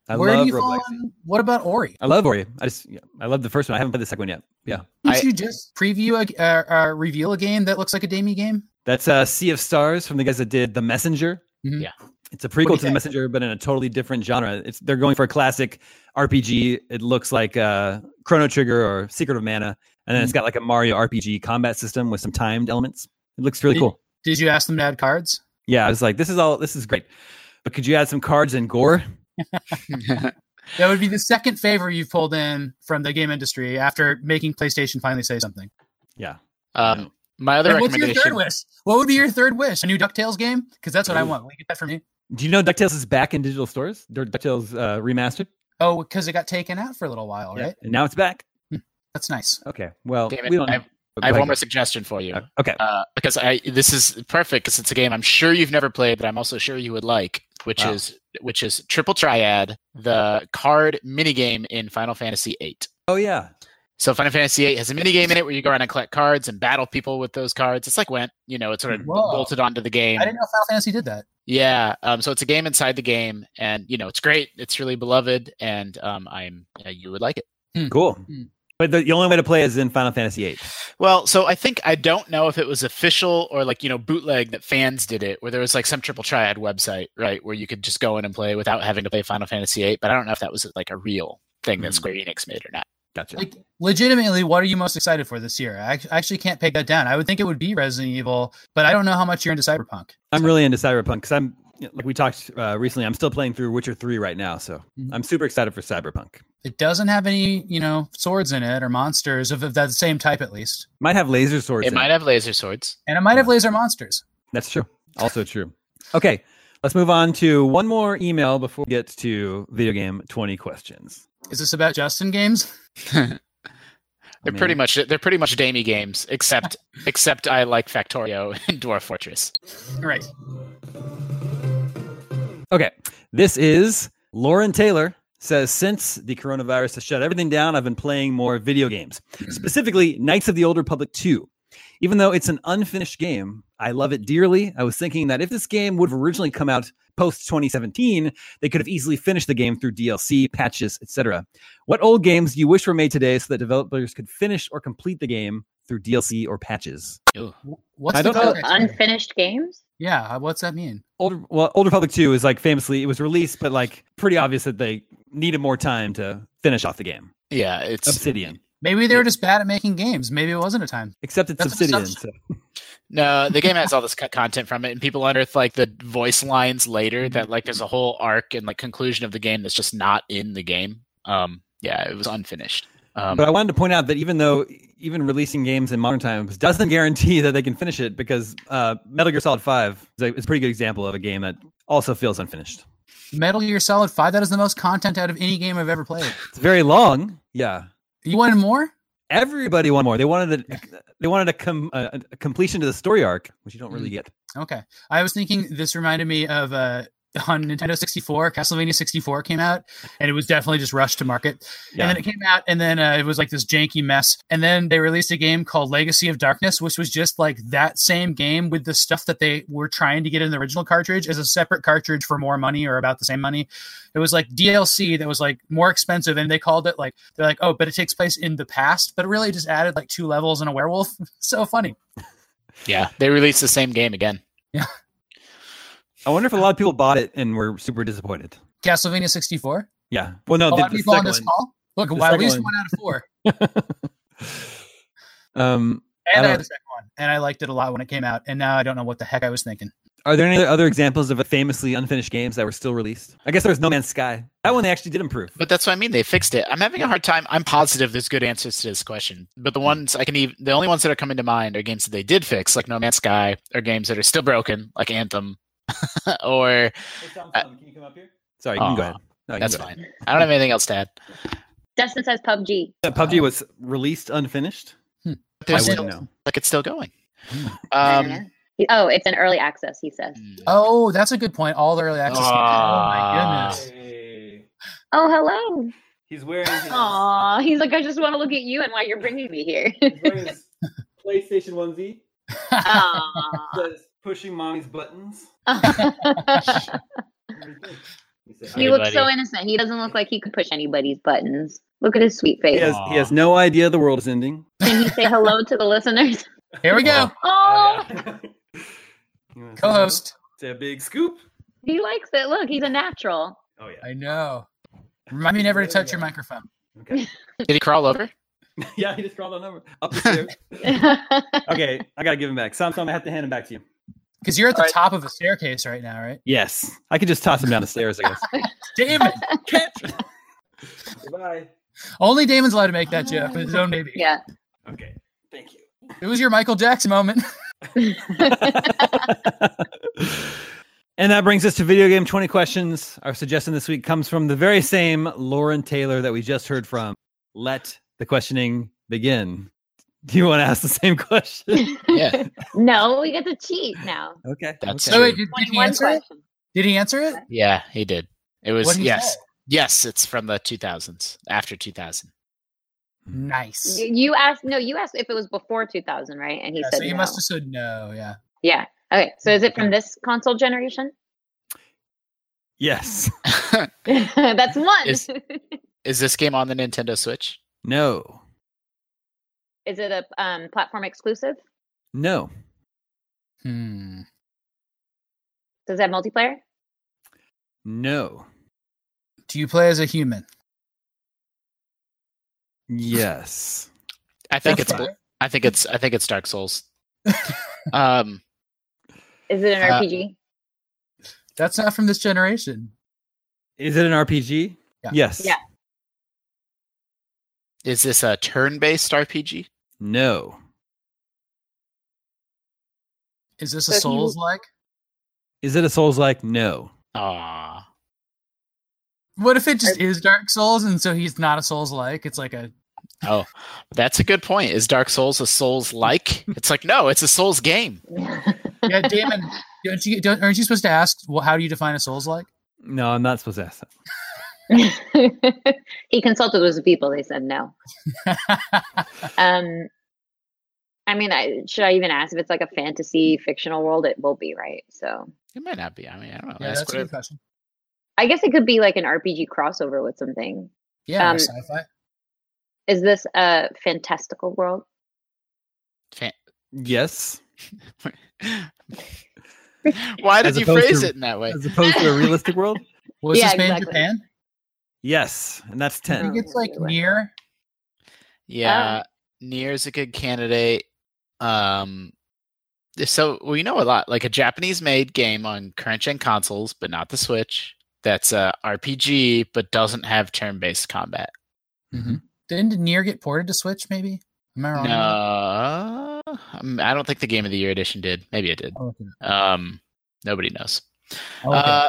Speaker 2: I
Speaker 3: Where
Speaker 2: love
Speaker 3: do you
Speaker 2: Rogue
Speaker 3: fall
Speaker 2: Legacy.
Speaker 3: on- What about Ori?
Speaker 2: I love Ori. I just, yeah, I love the first one. I haven't played the second one yet. Yeah,
Speaker 3: Didn't
Speaker 5: I-
Speaker 3: you just preview a uh, uh, reveal a game that looks like a Damie game?
Speaker 2: that's uh, Sea of Stars from the guys that did The Messenger.
Speaker 3: Mhm.
Speaker 5: Yeah.
Speaker 2: it's a
Speaker 3: What do
Speaker 2: prequel
Speaker 3: you
Speaker 2: to The
Speaker 3: think?
Speaker 2: Messenger, but in a totally different genre. It's they're going for a classic RPG. It looks like uh, Chrono Trigger or Secret of Mana, and then it's got like a Mario RPG combat system with some timed elements. It looks really
Speaker 3: Did-
Speaker 2: cool.
Speaker 3: Did you ask them to add cards?
Speaker 2: Yeah, I was like, this is all. This is great. But could you add some cards and gore?
Speaker 3: That would be the second favor you've pulled in from the game industry after making PlayStation finally say something.
Speaker 5: um, my other
Speaker 3: And what's your third
Speaker 5: recommendation.
Speaker 3: wish? What would be your third wish? A new DuckTales game? Because that's what I
Speaker 2: Ooh.
Speaker 3: want. Will you get that for me?
Speaker 2: Do you know DuckTales is back in digital stores? Dur- DuckTales uh, remastered.
Speaker 3: Oh, because it got taken out for a little while, right?
Speaker 2: And now it's back.
Speaker 3: That's nice.
Speaker 2: Okay. Well,
Speaker 5: Damon,
Speaker 2: we don't.
Speaker 5: I have- I have one more suggestion for you.
Speaker 2: Okay.
Speaker 5: Uh, because I this is perfect because it's a game I'm sure you've never played, but I'm also sure you would like, which
Speaker 2: Wow.
Speaker 5: is which is Triple Triad, the card minigame in Final Fantasy VIII.
Speaker 2: Oh yeah.
Speaker 5: So Final Fantasy VIII has a minigame in it where you go around and collect cards and battle people with those cards. It's like Went, you know, it's sort of
Speaker 3: Whoa.
Speaker 5: bolted onto the game.
Speaker 3: I didn't know Final Fantasy did that.
Speaker 5: Yeah, um, so it's a game inside the game, and you know it's great. It's really beloved, and um, I'm uh, you would like it.
Speaker 2: Cool.
Speaker 3: Hmm.
Speaker 2: But the, the only way to play is in Final Fantasy VIII.
Speaker 5: Well, so I think I don't know if it was official or like you know bootleg that fans did it, where there was like some triple triad website, right, where you could just go in and play without having to play Final Fantasy VIII. But I don't know if that was like a real thing that
Speaker 2: Mhm.
Speaker 5: Square Enix made or not.
Speaker 2: Gotcha.
Speaker 3: Like, legitimately, what are you most excited for this year? I act- I actually can't peg that down. I would think it would be Resident Evil, but I don't know how much you're into Cyberpunk.
Speaker 2: I'm really into Cyberpunk because I'm you know, like we talked uh, recently. I'm still playing through Witcher Three right now, so
Speaker 5: Mm-hmm.
Speaker 3: Mhm.
Speaker 2: I'm super excited for Cyberpunk.
Speaker 3: It doesn't have any, you know, swords in it or monsters of, of that same type, at least.
Speaker 2: Might have laser swords.
Speaker 5: It
Speaker 2: in
Speaker 5: might have laser swords.
Speaker 3: And it might have laser monsters.
Speaker 2: That's true. Also true. Okay, let's move on to one more email before we get to video game 20 questions.
Speaker 3: Is this about Justin games?
Speaker 5: They're
Speaker 2: mean-
Speaker 5: pretty much they're pretty much Damie games, except except I like Factorio and Dwarf Fortress.
Speaker 3: Right.
Speaker 2: Okay, this is Lauren Taylor says since the coronavirus has shut everything down, I've been playing more video games, specifically Knights of the Old Republic 2. Even though it's an unfinished game, I love it dearly. I was thinking that if this game would have originally come out post 2017, they could have easily finished the game through DLC, patches, etc. What old games do you wish were made today so that developers could finish or complete the game through DLC or patches?
Speaker 5: Ooh.
Speaker 3: W- What's
Speaker 2: I
Speaker 3: the
Speaker 2: don't know.
Speaker 4: Oh,
Speaker 3: context here?
Speaker 4: unfinished games?
Speaker 3: Yeah, uh, what's that mean?
Speaker 2: Old well, Old Republic Two is like famously it was released, but like pretty obvious that they needed more time to finish off the game.
Speaker 5: Yeah, it's
Speaker 2: Obsidian,
Speaker 3: Maybe they were just bad at making games. Maybe it wasn't a time.
Speaker 2: except it's
Speaker 3: That's an
Speaker 2: Obsidian. So.
Speaker 3: assumption.
Speaker 5: No, the game has all this cut content from it, and people unearth like the voice lines later that like there's a whole arc and like conclusion of the game that's just not in the game. Um, yeah, it was unfinished. Um,
Speaker 2: But I wanted to point out that even though even releasing games in modern times doesn't guarantee that they can finish it, because uh, Metal Gear Solid Five is a, is a pretty good example of a game that also feels unfinished.
Speaker 3: Metal Gear Solid 5, that is the most content out of any game I've ever played.
Speaker 2: It's very long. Yeah,
Speaker 3: You wanted more?
Speaker 2: everybody wanted more. They wanted a, they wanted a, com, a, a completion to the story arc, which you don't
Speaker 3: Mm.
Speaker 2: really get.
Speaker 3: Okay. I was thinking this reminded me of uh on Nintendo 64, Castlevania 64 came out, and it was definitely just rushed to market.
Speaker 2: Yeah.
Speaker 3: And then it came out, and then uh, it was like this janky mess. And then they released a game called Legacy of Darkness, which was just like that same game with the stuff that they were trying to get in the original cartridge as a separate cartridge for more money or about the same money. It was like DLC that was like more expensive, and they called it like they're like, oh, but it takes place in the past, but it really just added like two levels and a werewolf. so funny.
Speaker 5: yeah, they released the same game again.
Speaker 2: I wonder if a lot of people bought it and were super disappointed.
Speaker 3: Castlevania 64.
Speaker 2: Yeah. Well, no,
Speaker 3: a
Speaker 2: the,
Speaker 3: lot of
Speaker 2: Oh, the
Speaker 3: people on
Speaker 2: second
Speaker 3: this
Speaker 2: one-
Speaker 3: call. Look,
Speaker 2: The
Speaker 3: well, at
Speaker 2: second
Speaker 3: least
Speaker 2: one.
Speaker 3: one out of four.
Speaker 2: um,
Speaker 3: And
Speaker 2: I
Speaker 3: I, had
Speaker 2: don't-
Speaker 3: the second one, and I liked it a lot when it came out. And now I don't know what the heck I was thinking.
Speaker 2: are there any other examples of famously unfinished games that were still released? I guess there was No Man's Sky. That one they actually did improve.
Speaker 5: But that's what I mean. They fixed it. I'm having a hard time. I'm positive there's good answers to this question, but the ones I can even the only ones that are coming to mind are games that they did fix, like No Man's Sky, or games that are still broken, like Anthem,
Speaker 2: Sorry,
Speaker 5: or
Speaker 2: you can go ahead. No, you can
Speaker 5: That's
Speaker 2: go ahead.
Speaker 5: fine. I don't have anything else to add.
Speaker 4: Destin says PUBG.
Speaker 2: That PUBG was released unfinished.
Speaker 5: But
Speaker 2: I
Speaker 5: there's
Speaker 3: Was it-
Speaker 2: wouldn't
Speaker 5: still,
Speaker 2: know.
Speaker 5: like it's still going.
Speaker 2: Hmm.
Speaker 5: Um,
Speaker 4: oh, it's an early access. He says.
Speaker 3: Oh, that's a good point. All the early access. games.
Speaker 5: Ah.
Speaker 3: oh my goodness.
Speaker 4: Oh, hello.
Speaker 2: He's wearing his,
Speaker 4: Aw, he's like, I just want to look at you and why you're bringing me here.
Speaker 2: PlayStation onesie.
Speaker 4: Aw.
Speaker 2: Says pushing mommy's buttons.
Speaker 4: he looks so innocent. He doesn't look like he could push anybody's buttons. Look at his sweet face.
Speaker 2: He has, he has no idea the world is ending.
Speaker 4: Can he say hello to the listeners?
Speaker 3: Here we go.
Speaker 4: Oh,
Speaker 2: You wanna say
Speaker 3: Co-host.
Speaker 2: hello? Say a big scoop.
Speaker 4: he likes it. Look, he's a natural.
Speaker 2: Oh yeah.
Speaker 3: I know. Remind me never to touch your microphone.
Speaker 2: Okay.
Speaker 5: Did he crawl over?
Speaker 2: yeah, he just crawled on over up the stairs. okay, I gotta give him back. Samson, I have to hand him back to you.
Speaker 3: Because you're at the
Speaker 5: All right.
Speaker 3: top of the staircase right now, right?
Speaker 2: Yes, I could just toss him down the stairs. I guess.
Speaker 3: Damon.
Speaker 2: Goodbye.
Speaker 3: Only Damon's allowed to make that joke with his own baby.
Speaker 4: yeah.
Speaker 2: Okay. Thank you.
Speaker 3: It was your Michael Jackson moment.
Speaker 2: and that brings us to video game 20 questions. Our suggestion this week comes from the very same Lauren Taylor that we just heard from. Let the questioning begin. Do you want to ask the same question?
Speaker 5: Yeah.
Speaker 4: No, we get to cheat now.
Speaker 2: okay.
Speaker 5: That's
Speaker 2: okay.
Speaker 3: So
Speaker 5: true.
Speaker 3: Oh, wait, did, did he
Speaker 4: 21
Speaker 3: answer it?
Speaker 4: questions.
Speaker 3: Did he answer it?
Speaker 5: Yeah, he did. It was
Speaker 3: What'd he
Speaker 5: yes,
Speaker 3: say?
Speaker 5: yes. It's from the 2000s, after 2000.
Speaker 3: Nice.
Speaker 4: You you asked no, you asked if it was before 2000, right? And he
Speaker 3: Yeah,
Speaker 4: said
Speaker 3: so you
Speaker 4: no.
Speaker 3: must have said no. Yeah.
Speaker 4: Yeah. Okay. So is it from this console generation?
Speaker 2: Yes.
Speaker 4: That's one.
Speaker 5: Is-
Speaker 4: Is,
Speaker 5: Is this game on the Nintendo Switch?
Speaker 2: No.
Speaker 4: it a um, platform exclusive?
Speaker 2: No.
Speaker 3: Hmm.
Speaker 4: Does it have multiplayer?
Speaker 2: No.
Speaker 3: Do you play as a human?
Speaker 2: Yes.
Speaker 5: I think
Speaker 3: That's
Speaker 5: it's.
Speaker 3: fine.
Speaker 5: I think it's. I think it's Dark Souls. um,
Speaker 4: Is it an
Speaker 5: Uh,
Speaker 4: RPG?
Speaker 3: That's not from this generation.
Speaker 2: Is it an RPG?
Speaker 3: Yeah.
Speaker 2: Yes.
Speaker 4: Yeah.
Speaker 5: is this a turn-based RPG?
Speaker 2: No.
Speaker 3: Is this
Speaker 4: So
Speaker 3: a
Speaker 4: he-
Speaker 3: Souls like?
Speaker 2: Is it a Souls like? No.
Speaker 5: Ah,
Speaker 3: What if it just is Dark Souls and so he's not a Souls like? It's like a
Speaker 5: oh, that's a good point. Is Dark Souls a Souls-like? it's like no, it's a Souls game.
Speaker 3: yeah, Damon. Don't you don't, aren't you supposed to ask? Well, how do you define a Souls like?
Speaker 2: No, I'm not supposed to ask that.
Speaker 4: he consulted with the people. They said no. Um, I mean, I, should I even ask if it's like a fantasy fictional world? It will be, right? So
Speaker 5: It might not be. I mean, I don't know.
Speaker 3: yeah,
Speaker 5: Ask
Speaker 3: that's a good
Speaker 5: whatever-
Speaker 3: question.
Speaker 4: I guess it could be like an RPG crossover with something.
Speaker 3: Yeah,
Speaker 4: Um,
Speaker 3: sci-fi.
Speaker 4: Is this a fantastical world?
Speaker 2: Yes.
Speaker 5: Why
Speaker 2: As
Speaker 5: did you
Speaker 2: opposed
Speaker 5: phrase
Speaker 2: to-
Speaker 5: it in that way?
Speaker 2: As opposed to a realistic world?
Speaker 3: Was
Speaker 4: yeah,
Speaker 3: this made
Speaker 4: exactly.
Speaker 3: in Japan?
Speaker 2: Yes. And that's
Speaker 3: I think
Speaker 2: 10.
Speaker 3: it's like
Speaker 4: Really?
Speaker 3: near.
Speaker 2: Um,
Speaker 5: Yeah, Nier's a good candidate. Um, so we know a lot, like a Japanese-made game on current-gen consoles, but not the Switch. That's a RPG, but doesn't have turn-based combat.
Speaker 3: Didn't near get ported to Switch? Maybe. Am
Speaker 2: Oh,
Speaker 3: I wrong?
Speaker 5: No, um, I don't think the Game of the Year edition did. Maybe it did.
Speaker 3: I'll look it
Speaker 5: Um, nobody knows.
Speaker 3: up. I'll look it up.
Speaker 5: Uh,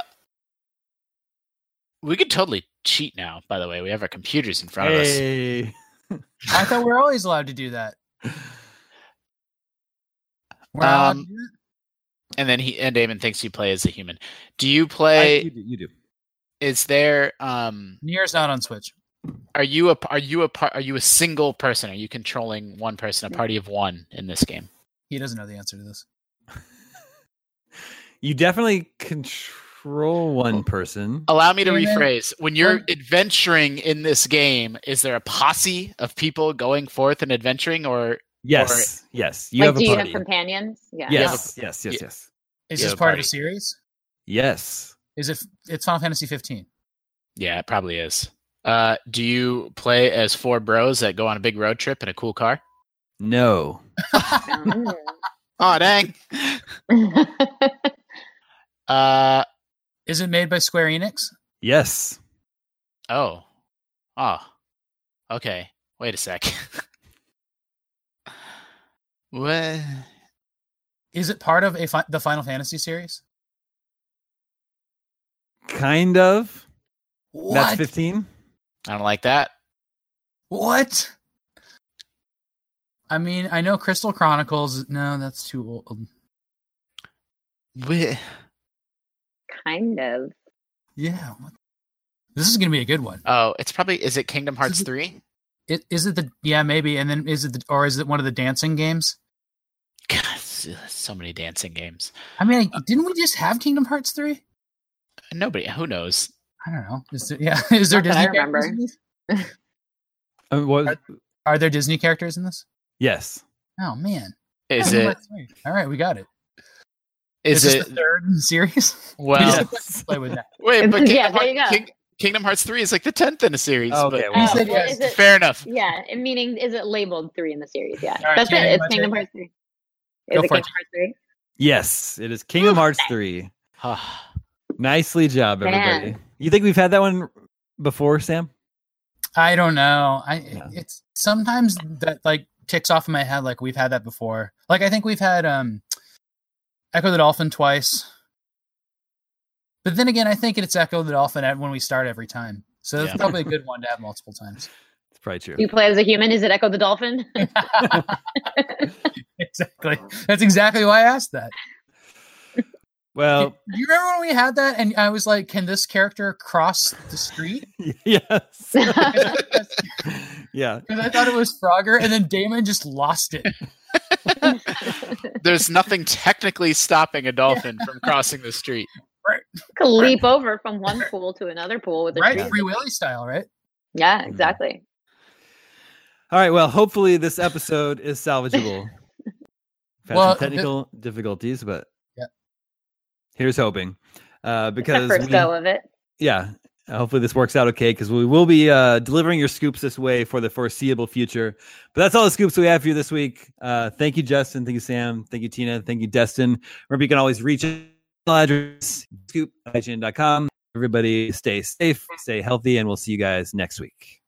Speaker 5: we could totally cheat now. By the way, we have our computers in front of us.
Speaker 2: Hey.
Speaker 3: I thought we were always allowed to do that. We're not allowed
Speaker 5: Um,
Speaker 3: to do that?
Speaker 5: And then he and Damon thinks you play as a human. Do you
Speaker 2: I-
Speaker 5: play?
Speaker 2: you, do, you do.
Speaker 5: is there? Um,
Speaker 3: Nier's not on Switch.
Speaker 5: Are you a are you a par- are you a single person? Are you controlling one person, a party of one in this game?
Speaker 3: He doesn't know the answer to this.
Speaker 2: You definitely control
Speaker 4: Oh.
Speaker 2: one person.
Speaker 5: Allow me to
Speaker 3: Damon,
Speaker 5: rephrase. When you're
Speaker 3: one-
Speaker 5: adventuring in this game, is there a posse of people going forth and adventuring, or
Speaker 2: Yes. Yes. You
Speaker 4: like,
Speaker 2: have
Speaker 4: do
Speaker 2: a
Speaker 4: you
Speaker 2: party.
Speaker 4: have companions? Yeah.
Speaker 2: yes. Yes. Yes. Yes.
Speaker 3: Is
Speaker 5: Yeah,
Speaker 3: this part of
Speaker 5: buddy.
Speaker 3: a series?
Speaker 2: Yes.
Speaker 3: Is it? It's Final Fantasy 15.
Speaker 5: yeah, it probably is. Uh, do you play as four bros that go on a big road trip in a cool car?
Speaker 2: No.
Speaker 4: Mm.
Speaker 5: Oh dang!
Speaker 4: hmm.
Speaker 5: Uh
Speaker 3: Is it made by Square Enix?
Speaker 2: Yes.
Speaker 5: oh, oh, okay. Wait a sec. what?
Speaker 3: Is it part of a fi- the Final Fantasy series?
Speaker 2: Kind of.
Speaker 3: What?
Speaker 2: That's 15.
Speaker 5: I don't like that.
Speaker 3: What? I mean, I know Crystal Chronicles. No, that's too old.
Speaker 5: Wh-
Speaker 4: Kind of.
Speaker 3: Yeah. what- This is gonna be a good one.
Speaker 5: Oh, it's probably is it Kingdom Hearts three?
Speaker 3: It, is it the yeah maybe and then is it the, or is it one of the dancing games?
Speaker 5: God, s- so many dancing games.
Speaker 3: I mean, like, didn't we just have Kingdom Hearts three?
Speaker 5: Nobody, who knows?
Speaker 3: I don't know. Is there, yeah, is there
Speaker 4: Not that I
Speaker 3: Disney characters? in
Speaker 4: remember.
Speaker 3: this?
Speaker 2: Uh, what,
Speaker 3: Are there Disney characters in this?
Speaker 2: yes.
Speaker 3: Oh man,
Speaker 5: Is
Speaker 3: Kingdom
Speaker 5: it
Speaker 3: Hearts three. All right, we got it.
Speaker 5: is
Speaker 3: this
Speaker 5: it
Speaker 3: the third in the series?
Speaker 5: well?
Speaker 3: Yeah.
Speaker 2: Yes.
Speaker 3: Play with that.
Speaker 5: Wait, but
Speaker 4: Yeah,
Speaker 5: Kingdom,
Speaker 4: there you
Speaker 5: Heart-
Speaker 4: go.
Speaker 5: King- Kingdom Hearts three is like the tenth in the series.
Speaker 2: Oh,
Speaker 5: but-
Speaker 2: okay.
Speaker 4: Uh,
Speaker 2: Well,
Speaker 3: said
Speaker 4: well,
Speaker 3: yes.
Speaker 4: is it,
Speaker 5: fair enough.
Speaker 4: yeah, and meaning is it labeled three in the series? Yeah,
Speaker 3: All right,
Speaker 4: that's it.
Speaker 3: Kingdom
Speaker 4: It's
Speaker 3: Hearts
Speaker 4: Kingdom
Speaker 3: three.
Speaker 4: Hearts three. Is
Speaker 3: Go
Speaker 4: it
Speaker 3: for it.
Speaker 4: Kingdom Hearts three?
Speaker 2: yes, it is Kingdom Hearts 3. Nicely job,
Speaker 4: Man.
Speaker 2: everybody. You think we've had that one before, Sam?
Speaker 3: I don't know. I
Speaker 2: Yeah.
Speaker 3: it's sometimes that like ticks off in my head like we've had that before. Like I think we've had um Echo the Dolphin twice. But then again, I think it's Echo the Dolphin at when we start every time. So that's
Speaker 5: Yeah.
Speaker 3: probably a good one to have multiple times.
Speaker 2: It's probably true.
Speaker 4: You play as a human. Is it Echo the Dolphin?
Speaker 3: exactly. That's exactly why I asked that.
Speaker 2: Well,
Speaker 3: Do you remember when we had that and I was like, can this character cross the street?
Speaker 2: yes.
Speaker 4: That's
Speaker 3: Because
Speaker 2: yeah.
Speaker 3: I thought it was Frogger and then Damon just lost it.
Speaker 5: There's nothing technically stopping a dolphin from crossing the street.
Speaker 4: a leap over from one pool to another pool with a
Speaker 3: Right?
Speaker 4: tree.
Speaker 3: Free Willy style, right? Hmm.
Speaker 4: Yeah, exactly.
Speaker 2: All right. Well, hopefully this episode is salvageable. We've had
Speaker 3: Well,
Speaker 2: some technical difficulties, but
Speaker 3: Yeah.
Speaker 2: here's hoping. Uh,
Speaker 4: It's the
Speaker 2: because
Speaker 4: first
Speaker 2: we-
Speaker 4: go of it.
Speaker 2: yeah, hopefully this works out okay because we will be uh, delivering your scoops this way for the foreseeable future. But that's all the scoops we have for you this week. Uh, thank you, Justin. Thank you, Sam. Thank you, Tina. Thank you, Destin. Remember, you can always reach us address scoop.com. Everybody, stay safe, stay healthy, and we'll see you guys next week.